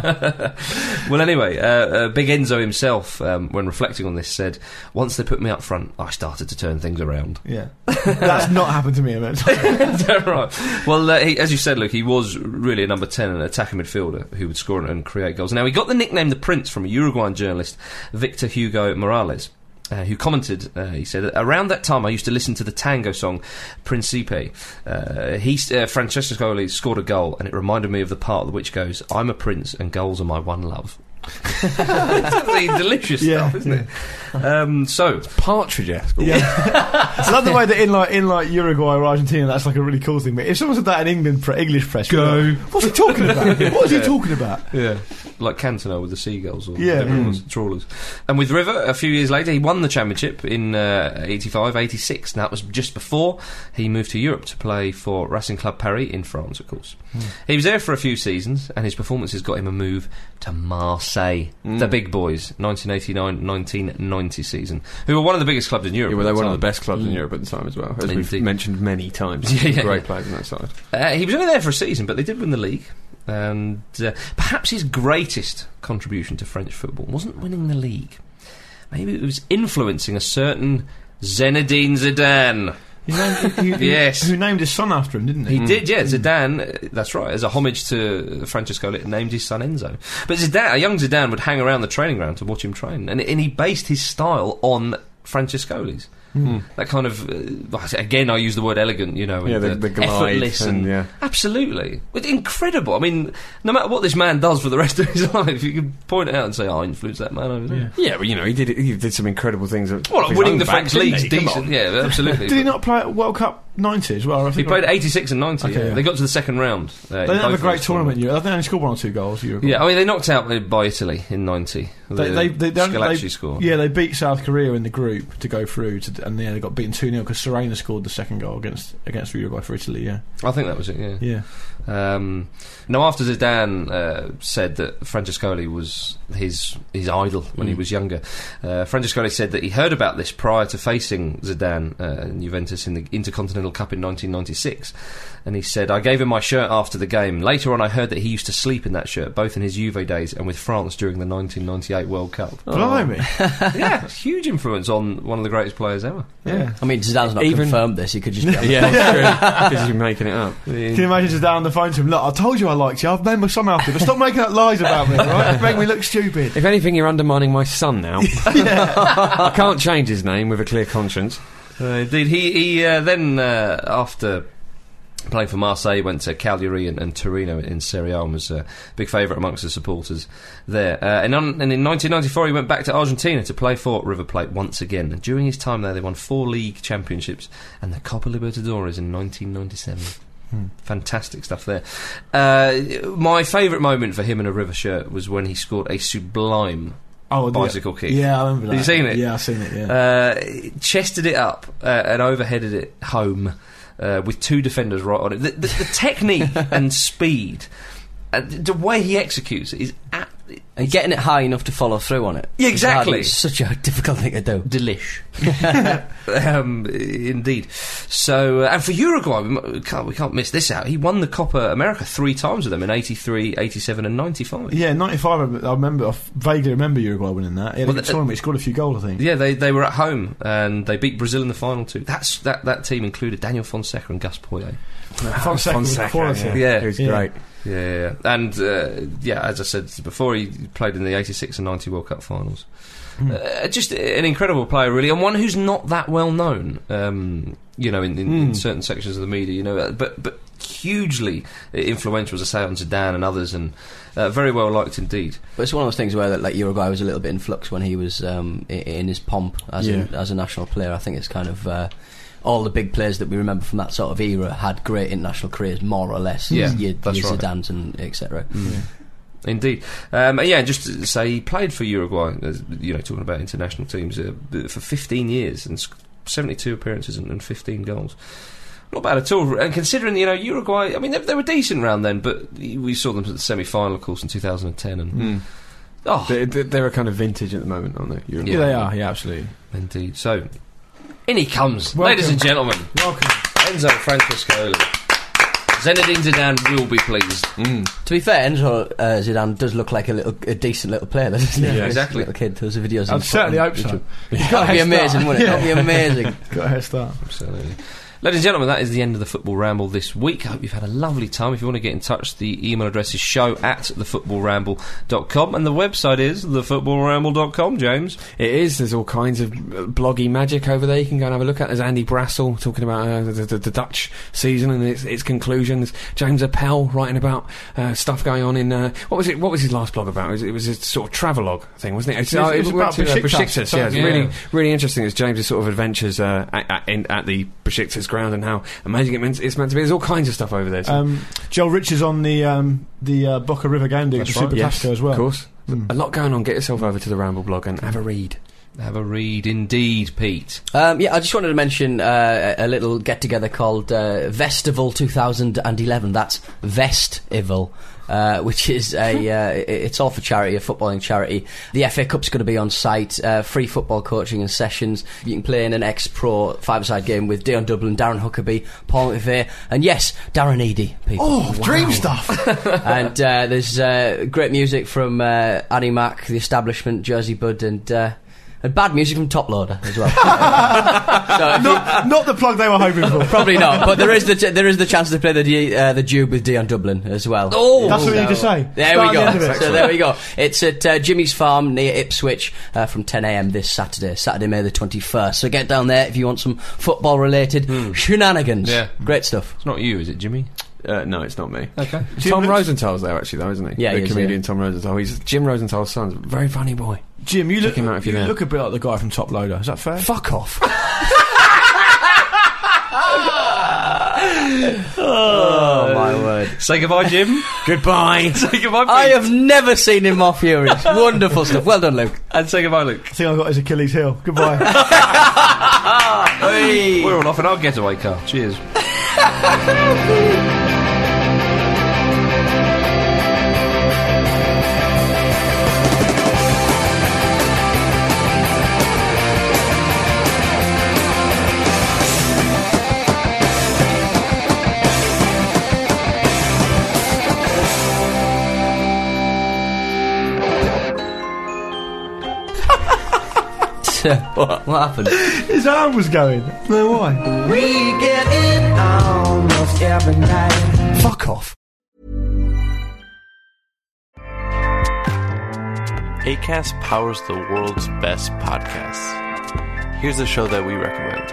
well, anyway, uh, uh, Big Enzo himself, um, when reflecting on this, said, "Once they put me up front, I started to turn things around."
yeah. That's not happened to me a bit.
*laughs* right. Well, uh, he, as you said, Luke, he was really a number ten, an attacking midfielder who would score and, and create goals. Now, he got the nickname "the Prince" from a Uruguayan journalist, Victor Hugo Morales. Uh, who commented, uh, he said, around that time I used to listen to the tango song Principe. Uh, he, uh, Francesco Scoli scored a goal and it reminded me of the part which goes, I'm a prince and goals are my one love. *laughs* it's absolutely delicious
Yeah,
stuff, isn't it? Um, so,
Partridge-esque.
Yeah. I love the way that in like in like Uruguay or Argentina, that's like a really cool thing. But if someone said that in England, pre- English press, we'd
Go.
be like, What's he talking
*laughs*
about? What is he talking about?
Yeah. Mm.
like Cantona with the seagulls or
Yeah.
yeah, trawlers. And with River, a few years later, he won the championship in uh, 85, 86. Now, that was just before he moved to Europe to play for Racing Club Paris in France, of course.
Hmm.
He was there for a few seasons, and his performances got him a move to Marseille,
Hmm.
the big boys, 1989 1990 season, who were one of the biggest clubs in Europe.
Yeah, well, they
at
were
the
one
time.
of
Mm.
the best clubs in Europe at the time as well, as
Indeed.
we've mentioned many times.
*laughs* Yeah, yeah,
Great
yeah.
players on that side.
Uh, he was only there for a season, but they did win the league. And uh, perhaps his greatest contribution to French football wasn't winning the league. Maybe it was influencing a certain Zinedine Zidane.
He named, he- he-
Yes.
Who named his son after him, didn't
He
he?
did, yeah. Zidane, uh, that's right, as a homage to Francesco, Litt, named his son Enzo. But Zidane, a young Zidane would hang around the training ground to watch him train, and, and he based his style on Francescoli's. That kind of, uh, again, I use the word elegant, you know,
Yeah,
and,
the,
uh,
the glide.
effortless and,
And, yeah.
Absolutely. It's incredible. I mean, no matter what this man does for the rest of his *laughs* life, you can point it out and say, oh, I influenced that man over there.
yeah, but you know, he did he did some incredible things. at-
Well,
for his
winning
own
the
back,
French
didn't
league's
he? Come
decent.
on.
Yeah, absolutely.
Did he not play at World Cup 90 as well? I think
He played 86 and 90,
Okay,
yeah.
yeah.
They got to the second round. uh, in
They didn't
both
have a
of
great
those
tournament.
tournaments.
You, I think they only scored one or two goals. Uruguay.
Yeah, I mean, they knocked out uh, by Italy in 90.
They, they, they, they,
Scalacci
they-
scored.
Yeah, they beat South Korea in the group to go through, to, and yeah, they got beaten 2 0 because Serena scored the second goal against against Uruguay for Italy, yeah.
I think that was it, yeah.
Yeah.
Um, now, after Zidane uh, said that Francescoli was his his idol when
Mm.
he was younger, uh, Francescoli said that he heard about this prior to facing Zidane uh, and Juventus in the Intercontinental Continental Cup in 1996. And he said, I gave him my shirt after the game. Later on, I heard that he used to sleep in that shirt, both in his Juve days and with France during the 1998 World
*laughs*
Cup. *laughs*
Blimey.
yeah, huge influence on one of the greatest players ever.
Yeah.
I mean, Zidane's not
Even-
confirmed this. He could just
*laughs*
be.
Yeah, that's true. Because you're making it up.
Can you imagine just down the phone to him? Look, I told you I liked you. I've made my somehow after, but stop making up lies about me,
*laughs*
all right? Make me look stupid.
If anything, you're undermining my son *laughs* now. I can't change his name with a clear conscience.
Uh, indeed, he he uh, then uh, after playing for Marseille went to Cagliari and, and Torino in Serie A and was a big favourite amongst the supporters there. Uh, and, on, and in 1994, he went back to Argentina to play for River Plate once again. And during his time there, they won four league championships and the Copa Libertadores in 1997. Fantastic stuff there. Uh, my favourite moment for him in a River shirt was when he scored a sublime
Oh, the-
bicycle kick.
Yeah, I remember that.
Have you seen it?
Yeah, I've seen it, yeah.
uh, chested it up uh, and overheaded it home uh, with two defenders right on it. The, the, the technique and speed, uh, the way he executes it is at,
And getting it high enough to follow through on it.
Yeah, exactly.
It's such a *laughs* difficult thing to do.
delish. um, indeed. So, uh, and for Uruguay, we, mu- we can't we can't miss this out. He won the Copa America three times with them in 83, 87 and ninety five.
Yeah, 95, I remember- I remember, I vaguely remember Uruguay winning that. He had
Well,
a good
the-
tournament, he scored a few goals, I think.
Yeah, they, they were at home and they beat Brazil in the final two. That's that, that team included Daniel Fonseca and Gus Poyet.
Fonseca was quality.
Yeah.
It was
Yeah.
great.
Yeah, yeah, yeah. and uh, yeah, as I said before, he played in the '86 and '90 World Cup finals. Uh, just an incredible player, really, and one who's not that well known. Um, you know, in, in, in certain sections of the media, you know, uh, but but hugely influential, as I say, on Zidane and others, and uh, very well liked indeed.
But it's one of those things where like Uruguay was a little bit in flux when he was um, i- in his pomp as a,
Yeah.
as a national player. I think it's kind of uh, all the big players that we remember from that sort of era had great international careers, more or less.
Yeah,
your,
that's
your
right.
Zidanes and etc.
Indeed, um, yeah. Just to say, he played for Uruguay. as- You know, talking about international teams uh, b- for 15 years and sc- 72 appearances and, and 15 goals. Not bad at all. And considering you know Uruguay, I mean they, they were decent round then, but we saw them at the semi-final, of course, in 2010. And oh,
They, they- they're a kind of vintage at the moment, aren't they? You're-
Yeah, they are, yeah, absolutely.
indeed. So in he comes,
Welcome.
ladies and gentlemen,
Welcome.
Enzo Francescoli. Zinedine Zidane will be pleased.
To be fair, Enzo uh, Zidane does look like a little, a decent little player, doesn't he?
Yeah,
He's a
exactly.
Little kid. There's the videos. on-
I'd certainly
on
hope so.
YouTube. That'd be amazing, wouldn't it? That'd be amazing.
Got a head start.
Absolutely. Ladies and gentlemen, that is the end of the Football Ramble this week. I hope you've had a lovely time. If you want to get in touch, the email address is show at thefootballramble.com and the website is thefootballramble.com, James.
It is. There's all kinds of uh, bloggy magic over there. You can go and have a look at. There's Andy Brassel talking about uh, the, the, the Dutch season and its, its conclusions. James Appel writing about uh, stuff going on in uh, what was it? What was his last blog about? It was, it was a sort of travelogue thing, wasn't it? It's-
It was- it was
went
about
to, uh,
Besiktas,
Besiktas, Yeah, it's
something.
really,
Yeah.
really interesting. It's James's sort of adventures uh, at, at, in, at the Besiktas ground and how amazing it meant, it's meant to be. There's all kinds of stuff over there. So
Um, Joel Richards on the um, the uh, Boca River game day,
That's
Super
right.
Classico as well.
Of course.
Mm.
A lot going on. Get yourself over to the Ramble blog and have a read.
Have a read indeed, Pete.
Um, yeah, I just wanted to mention uh, a a little get together called uh, Vestival 2011. That's Vestival. Uh, which is a uh, i- it's all for charity a footballing charity the FA Cup's going to be on site uh, free football coaching and sessions you can play in an ex-pro five-side game with Dion Dublin Darren Huckabee Paul McVeigh and yes Darren Eady people
Oh, dream stuff.
and uh, there's uh, great music from uh, Annie Mac, The Establishment, Jersey Bud, and uh, and bad music from Top Loader as well. so if you-
not, not the plug they were hoping for.
probably not, but there is the ch- there is the chance to play the D- uh, the Dube with Dion Dublin as well.
Oh!
That's what you need to say.
There
Start
we
the end of
go.
it.
So there we go. It's at uh, Jimmy's Farm near Ipswich uh, from 10 a.m. this Saturday, Saturday May the 21st. So get down there if you want some football related shenanigans.
Yeah.
Great stuff.
It's not you, is it, Jimmy?
Uh, no, it's not me.
Okay.
Tom
Jim-
Rosenthal's there actually, though, isn't he?
Yeah,
the
he is,
comedian
yeah.
Tom Rosenthal. He's Jim Rosenthal's son. Very funny boy.
Jim, you look
him out if
you
you're there.
look a bit like the guy from Top Loader. Is that fair?
Fuck off.
Oh, my word.
Uh, Say goodbye, Jim.
*laughs*
Goodbye.
*laughs* say goodbye, Pete.
I uh, have never seen him more furious. Wonderful stuff. Well done, Luke.
And say goodbye, Luke.
I think I got his Achilles heel. Goodbye.
We're all off in our getaway car. Cheers.
*laughs* what? What happened?
His arm was going. No, why?
We get it almost every night.
Fuck off.
ACAST powers the world's best podcasts. Here's a show that we recommend.